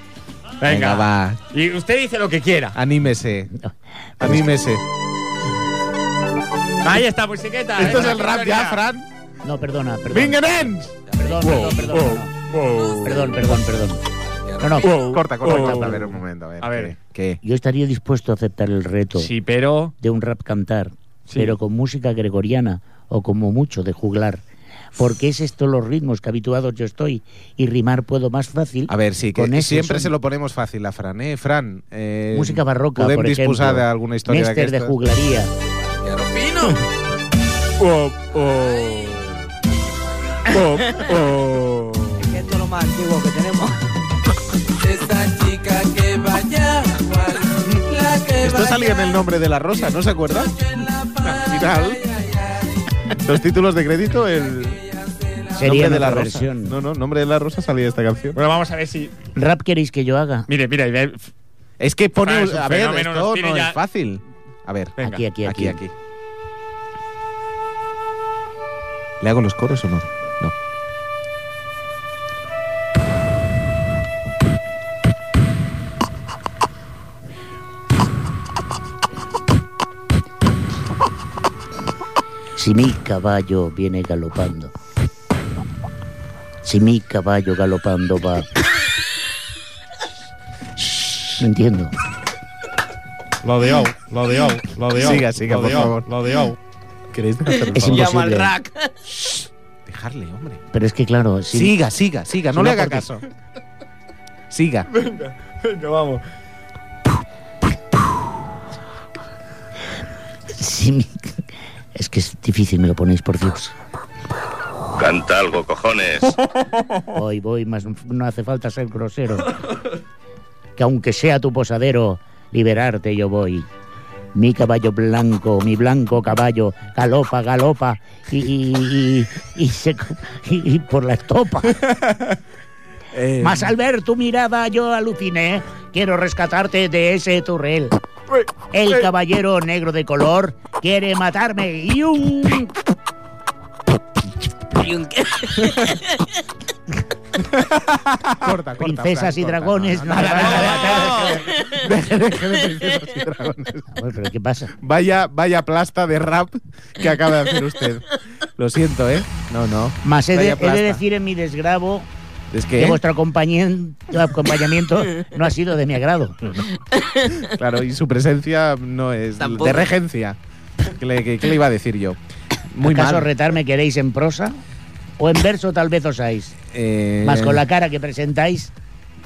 [SPEAKER 1] Venga,
[SPEAKER 2] Venga, va.
[SPEAKER 1] Y usted dice lo que quiera.
[SPEAKER 2] Anímese. Anímese.
[SPEAKER 1] Ahí está, musiqueta.
[SPEAKER 2] Esto
[SPEAKER 1] ¿eh?
[SPEAKER 2] es el rap ya, Fran.
[SPEAKER 3] No, perdona, perdón.
[SPEAKER 2] ¡Vinga, nens!
[SPEAKER 3] Perdón, perdón, perdón. no. Perdón, perdón, perdón. No, no.
[SPEAKER 2] Corta, corta,
[SPEAKER 1] Oh.
[SPEAKER 2] corta. A ver, un momento. A ver.
[SPEAKER 1] A ver.
[SPEAKER 2] ¿Qué?
[SPEAKER 3] Yo estaría dispuesto a aceptar el reto
[SPEAKER 1] Sí, pero.
[SPEAKER 3] de un rap cantar,
[SPEAKER 1] Sí.
[SPEAKER 3] pero con música gregoriana o como mucho de juglar. Porque es esto los ritmos que habituados yo estoy y rimar puedo más fácil.
[SPEAKER 2] A ver, sí, que
[SPEAKER 3] Con ese
[SPEAKER 2] siempre
[SPEAKER 3] son-
[SPEAKER 2] se lo ponemos fácil a Fran, ¿eh? Fran, eh,
[SPEAKER 3] música barroca,
[SPEAKER 2] podem
[SPEAKER 3] por ejemplo.
[SPEAKER 2] disposar de alguna història
[SPEAKER 3] Mester de
[SPEAKER 2] d'aquestes?
[SPEAKER 3] juglaría.
[SPEAKER 1] Oh, oh. Oh, oh.
[SPEAKER 9] Esto es lo más antiguo que tenemos. Esta chica que vaya, la que
[SPEAKER 2] Esto salía en el nombre de la rosa, ¿no se acuerda? Al final, los títulos de crédito, el nombre de
[SPEAKER 3] Sería
[SPEAKER 2] la
[SPEAKER 3] nuestra
[SPEAKER 2] rosa.
[SPEAKER 3] versión.
[SPEAKER 2] No, no, nombre de la rosa salía esta canción.
[SPEAKER 1] Bueno, vamos a ver si.
[SPEAKER 3] ¿Rap queréis que yo haga?
[SPEAKER 1] Mire, mira, mira.
[SPEAKER 2] Es que
[SPEAKER 1] Fran,
[SPEAKER 2] pone.
[SPEAKER 1] Ah, es un
[SPEAKER 2] a ver,
[SPEAKER 1] fenómeno, nos
[SPEAKER 2] esto
[SPEAKER 1] tiene
[SPEAKER 2] no
[SPEAKER 1] ya-
[SPEAKER 2] es fácil. A ver,
[SPEAKER 1] Venga.
[SPEAKER 3] Aquí, aquí, aquí.
[SPEAKER 2] aquí. ¿Le hago los coros o no? No.
[SPEAKER 3] Si mi caballo viene galopando. Si mi caballo galopando va. No entiendo.
[SPEAKER 14] La de au, la de au, la de au.
[SPEAKER 2] Siga, siga,
[SPEAKER 14] la de
[SPEAKER 2] por
[SPEAKER 14] au,
[SPEAKER 2] favor.
[SPEAKER 14] La de au.
[SPEAKER 2] ¿Queréis dejarlo?
[SPEAKER 3] Es imposible.
[SPEAKER 2] Dejarle, hombre.
[SPEAKER 3] Pero es que claro, si-
[SPEAKER 2] Siga, siga, siga. No
[SPEAKER 3] Si
[SPEAKER 2] le
[SPEAKER 3] no,
[SPEAKER 2] haga
[SPEAKER 3] porque-
[SPEAKER 2] caso. Siga.
[SPEAKER 1] Venga, venga, vamos.
[SPEAKER 3] si mi- Es que es difícil, me lo ponéis por Dios.
[SPEAKER 15] Canta algo, cojones.
[SPEAKER 3] Voy, voy, más no hace falta ser grosero. Que aunque sea tu posadero, liberarte yo voy. Mi caballo blanco, mi blanco caballo, galopa, galopa, y, y- y- y se- y- y por la estopa.
[SPEAKER 2] Eh.
[SPEAKER 3] Más al ver tu mirada yo aluciné, quiero rescatarte de ese turrel.
[SPEAKER 2] Eh,
[SPEAKER 3] El caballero negro de color quiere matarme y un...
[SPEAKER 2] Corta, corta.
[SPEAKER 3] Princesas
[SPEAKER 2] Fran,
[SPEAKER 3] y
[SPEAKER 2] corta.
[SPEAKER 3] dragones
[SPEAKER 2] No,
[SPEAKER 3] no me
[SPEAKER 2] no,
[SPEAKER 3] van a
[SPEAKER 2] no,
[SPEAKER 3] matar.
[SPEAKER 2] no. Deje, deje de princesas y dragones.
[SPEAKER 3] Ah, bueno, pero ¿qué pasa?
[SPEAKER 2] Vaya, vaya plasta de rap que acaba de hacer usted. Lo siento, ¿eh? No, no.
[SPEAKER 3] Más he de,
[SPEAKER 2] Vaya
[SPEAKER 3] he de
[SPEAKER 2] plasta.
[SPEAKER 3] decir en mi desgravo
[SPEAKER 2] Es
[SPEAKER 3] que
[SPEAKER 2] que,
[SPEAKER 3] vuestro acompañen- acompañamiento no ha sido de mi agrado.
[SPEAKER 2] claro, y su presencia no es
[SPEAKER 4] Tampoco.
[SPEAKER 2] de regencia. ¿Qué le, qué- qué le iba a decir yo? Muy
[SPEAKER 3] ¿Acaso
[SPEAKER 2] mal.
[SPEAKER 3] retarme queréis en prosa? ¿O en verso tal vez osáis?
[SPEAKER 2] Eh,
[SPEAKER 3] Más con la cara que presentáis,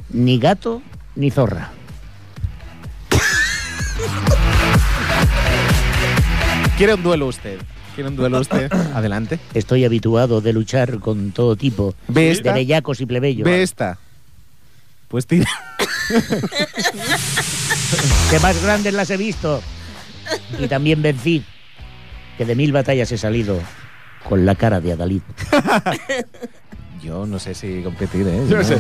[SPEAKER 3] ni gato ni zorra.
[SPEAKER 2] Quiere un duelo usted. Quiere un duelo usted. Adelante.
[SPEAKER 3] Estoy habituado de luchar con todo tipo
[SPEAKER 2] Ve
[SPEAKER 3] de
[SPEAKER 2] esta.
[SPEAKER 3] bellacos y plebeyos.
[SPEAKER 2] Ve esta. Pues tira.
[SPEAKER 3] Que más grandes las he visto. Y también vencí. Que de mil batallas he salido con la cara de Adalid.
[SPEAKER 2] Yo no sé si competir, ¿eh?
[SPEAKER 1] Yo no sé.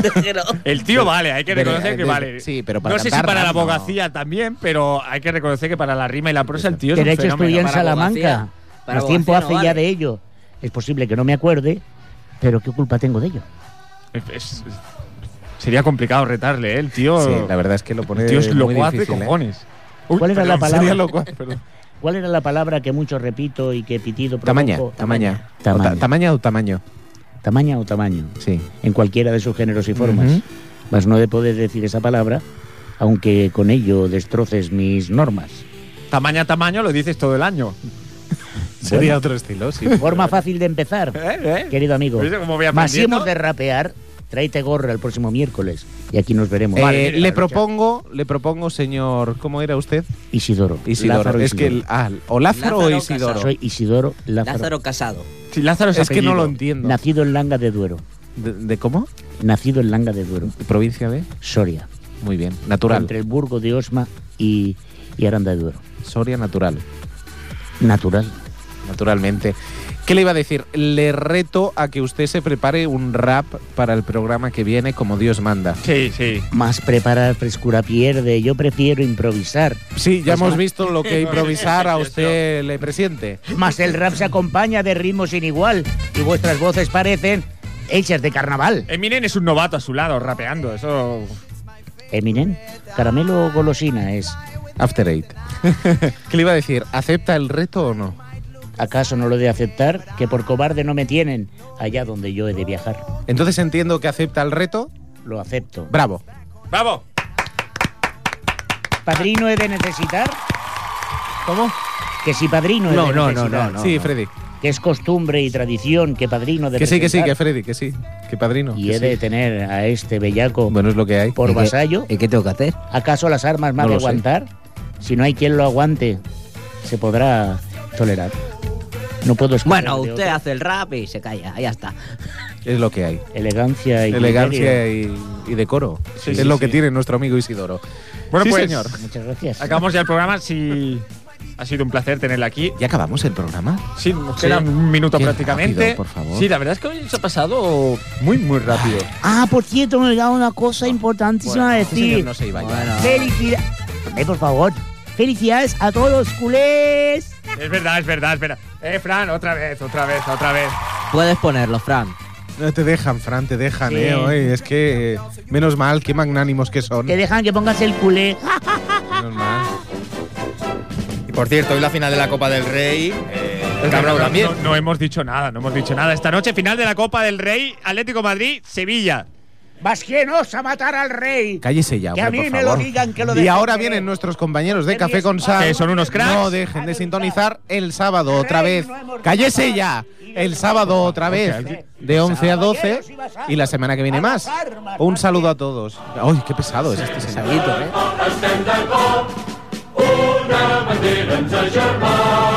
[SPEAKER 4] Déjelo.
[SPEAKER 1] El tío vale, hay que
[SPEAKER 2] Pero,
[SPEAKER 1] reconocer
[SPEAKER 2] eh,
[SPEAKER 1] que
[SPEAKER 2] de-
[SPEAKER 1] vale.
[SPEAKER 2] sí, pero para
[SPEAKER 1] no sé si
[SPEAKER 2] cantar
[SPEAKER 1] para la
[SPEAKER 2] rap, no.
[SPEAKER 1] abogacía también, pero hay que reconocer que para la rima y la prosa el tío es un
[SPEAKER 3] Derecho estudié en
[SPEAKER 1] fenómeno.
[SPEAKER 4] Para
[SPEAKER 3] Salamanca.
[SPEAKER 4] abogacía. Para
[SPEAKER 3] Más tiempo hace
[SPEAKER 4] abogacía no
[SPEAKER 3] ya
[SPEAKER 4] vale.
[SPEAKER 3] de ello. Es posible que no me acuerde, pero ¿qué culpa tengo de ello?
[SPEAKER 1] Es- es- sería complicado retarle, ¿eh? El tío,
[SPEAKER 2] Sí, la verdad es que lo pone.
[SPEAKER 1] el tío es
[SPEAKER 2] muy
[SPEAKER 1] locuaz de
[SPEAKER 2] difícil, ¿eh?
[SPEAKER 1] cojones. Uy,
[SPEAKER 3] ¿Cuál era la
[SPEAKER 1] perdón,
[SPEAKER 3] palabra?
[SPEAKER 1] sería locuaz, perdón.
[SPEAKER 3] ¿Cuál era la palabra que mucho repito y que pitido provoco?
[SPEAKER 2] Tamaña, tamaña. O ta-
[SPEAKER 3] Tamaño.
[SPEAKER 2] tamaña o tamaño.
[SPEAKER 3] Tamaña o tamaño,
[SPEAKER 2] Sí.
[SPEAKER 3] en cualquiera de sus géneros y formas.
[SPEAKER 2] Ujú.
[SPEAKER 3] Mas no de poder decir esa palabra, aunque con ello destroces mis normas.
[SPEAKER 1] Tamaña, tamaño, lo dices todo el año.
[SPEAKER 2] Sería otro estilo, sí.
[SPEAKER 3] Forma fácil de empezar,
[SPEAKER 1] ¿Eh? ¿Eh?
[SPEAKER 3] querido amigo.
[SPEAKER 1] ¿Viste cómo voy
[SPEAKER 3] Mas si
[SPEAKER 1] aprendiendo?
[SPEAKER 3] hemos de rapear, tráete gorra el próximo miércoles y aquí nos veremos.
[SPEAKER 2] Eh,
[SPEAKER 1] Vale, mira,
[SPEAKER 2] le
[SPEAKER 1] la
[SPEAKER 2] propongo, le propongo, señor, ¿cómo era usted?
[SPEAKER 3] Isidoro.
[SPEAKER 2] Isidoro.
[SPEAKER 3] Lázaro
[SPEAKER 2] es que el- ah, o Lázaro, o
[SPEAKER 4] Lázaro
[SPEAKER 2] Isidoro.
[SPEAKER 4] Casado.
[SPEAKER 3] Soy Isidoro Lázaro,
[SPEAKER 4] Lázaro Casado.
[SPEAKER 1] Si Lázaro
[SPEAKER 2] Es que no
[SPEAKER 1] entiendo.
[SPEAKER 2] lo entiendo.
[SPEAKER 3] nacido en Langa de Duero.
[SPEAKER 2] ¿De, de cómo?
[SPEAKER 3] Nacido en Langa de Duero,
[SPEAKER 2] Provincia de.
[SPEAKER 3] Soria.
[SPEAKER 2] Muy bien. Natural.
[SPEAKER 3] Entre el Burgo de Osma y, y Aranda de Duero.
[SPEAKER 2] Soria natural.
[SPEAKER 3] Natural.
[SPEAKER 2] Naturalmente. ¿Qué le iba a decir? Le reto a que usted se prepare un rap para el programa que viene como Dios manda.
[SPEAKER 1] Sí, sí.
[SPEAKER 3] Más preparar frescura pierde. Yo prefiero improvisar.
[SPEAKER 2] Sí, ya
[SPEAKER 3] Pues
[SPEAKER 2] hemos
[SPEAKER 3] no.
[SPEAKER 2] visto lo que improvisar a usted le presiente.
[SPEAKER 3] Más el rap se acompaña de ritmos sin igual. Y vuestras voces parecen hechas de carnaval.
[SPEAKER 1] Eminem es un novato a su lado, rapeando. Eso.
[SPEAKER 3] Eminem, caramelo o golosina es.
[SPEAKER 2] After Eight. ¿Qué le iba a decir? ¿Acepta el reto o no?
[SPEAKER 3] ¿Acaso no lo he de aceptar? Que por cobarde no me tienen allá donde yo he de viajar.
[SPEAKER 2] Entonces entiendo que acepta el reto.
[SPEAKER 3] Lo acepto.
[SPEAKER 2] Bravo.
[SPEAKER 1] ¡Vamos!
[SPEAKER 3] ¿Padrino he de necesitar?
[SPEAKER 2] ¿Cómo?
[SPEAKER 3] Que si padrino he de necesitar.
[SPEAKER 2] sí, Freddy.
[SPEAKER 3] Que es costumbre y tradición que padrino he de
[SPEAKER 2] Que sí, que sí, que
[SPEAKER 3] presentar.
[SPEAKER 2] Freddy, que sí. Que padrino.
[SPEAKER 3] Y
[SPEAKER 2] que
[SPEAKER 3] he
[SPEAKER 2] sí.
[SPEAKER 3] de tener a este bellaco
[SPEAKER 2] Bueno, es lo que hay.
[SPEAKER 3] por
[SPEAKER 4] ¿Y qué-
[SPEAKER 3] vasallo.
[SPEAKER 4] ¿Y qué tengo que hacer?
[SPEAKER 3] ¿Acaso las armas más
[SPEAKER 2] No
[SPEAKER 3] de
[SPEAKER 2] lo sé.
[SPEAKER 3] aguantar? Si no hay quien lo aguante, se podrá tolerar. No puedo escoger
[SPEAKER 4] Bueno,
[SPEAKER 3] de
[SPEAKER 4] usted
[SPEAKER 3] otra.
[SPEAKER 4] hace el rap y se calla, ya está.
[SPEAKER 2] Es lo que hay.
[SPEAKER 3] Elegancia y criterio.
[SPEAKER 2] Elegancia y, y decoro.
[SPEAKER 1] Sí,
[SPEAKER 2] es
[SPEAKER 1] sí,
[SPEAKER 2] lo
[SPEAKER 1] sí.
[SPEAKER 2] que tiene nuestro amigo Isidoro.
[SPEAKER 1] Bueno,
[SPEAKER 2] Sí,
[SPEAKER 1] pues.
[SPEAKER 2] señor.
[SPEAKER 3] Muchas gracias.
[SPEAKER 1] Acabamos ya el programa. Si, Ha sido un placer tenerla aquí.
[SPEAKER 2] ¿Ya acabamos el programa?
[SPEAKER 1] Sí, nos queda un minuto
[SPEAKER 2] Qué
[SPEAKER 1] prácticamente.
[SPEAKER 2] rápido, por favor.
[SPEAKER 1] Sí, la verdad es que hoy se ha pasado muy, muy rápido.
[SPEAKER 3] Ah, por cierto, me olvidaba una cosa importantísima a
[SPEAKER 2] Ese Pues señor
[SPEAKER 3] decir.
[SPEAKER 2] no se iba ya.
[SPEAKER 3] Felicidades. por favor. Felicidades a todos los culés.
[SPEAKER 1] Es verdad, es verdad, es verdad. Eh, Fran, otra vez, otra vez, otra vez.
[SPEAKER 4] Puedes ponerlo, Fran.
[SPEAKER 2] No te dejan, Fran, te dejan,
[SPEAKER 3] Sí.
[SPEAKER 2] eh, hoy. Es que, eh, menos mal, qué magnánimos que son.
[SPEAKER 3] Te dejan que pongas el culé.
[SPEAKER 16] Y por cierto, hoy la final de la Copa del Rey. eh, el Camp Nou también.
[SPEAKER 1] No, no hemos dicho nada, no hemos dicho nada. Esta noche, final de la Copa del Rey, Atlético Madrid, Sevilla.
[SPEAKER 3] Vas que no, a matar al rey.
[SPEAKER 2] Cállese ya,
[SPEAKER 1] Que
[SPEAKER 2] hombre,
[SPEAKER 1] a mí
[SPEAKER 2] por
[SPEAKER 1] me lo
[SPEAKER 2] favor.
[SPEAKER 1] digan, que lo
[SPEAKER 2] Y
[SPEAKER 1] dejen
[SPEAKER 2] ahora
[SPEAKER 1] que-
[SPEAKER 2] vienen nuestros compañeros de Café con Sal.
[SPEAKER 1] Que son unos cracks.
[SPEAKER 2] No dejen de sintonizar el sábado otra vez. Cállese ya. El sábado otra vez. De 11 a 12. Y la semana que viene más. Un saludo a todos. Ay, qué pesado es este señor.
[SPEAKER 7] Estenda el pop, una bandera en Saint-Germain.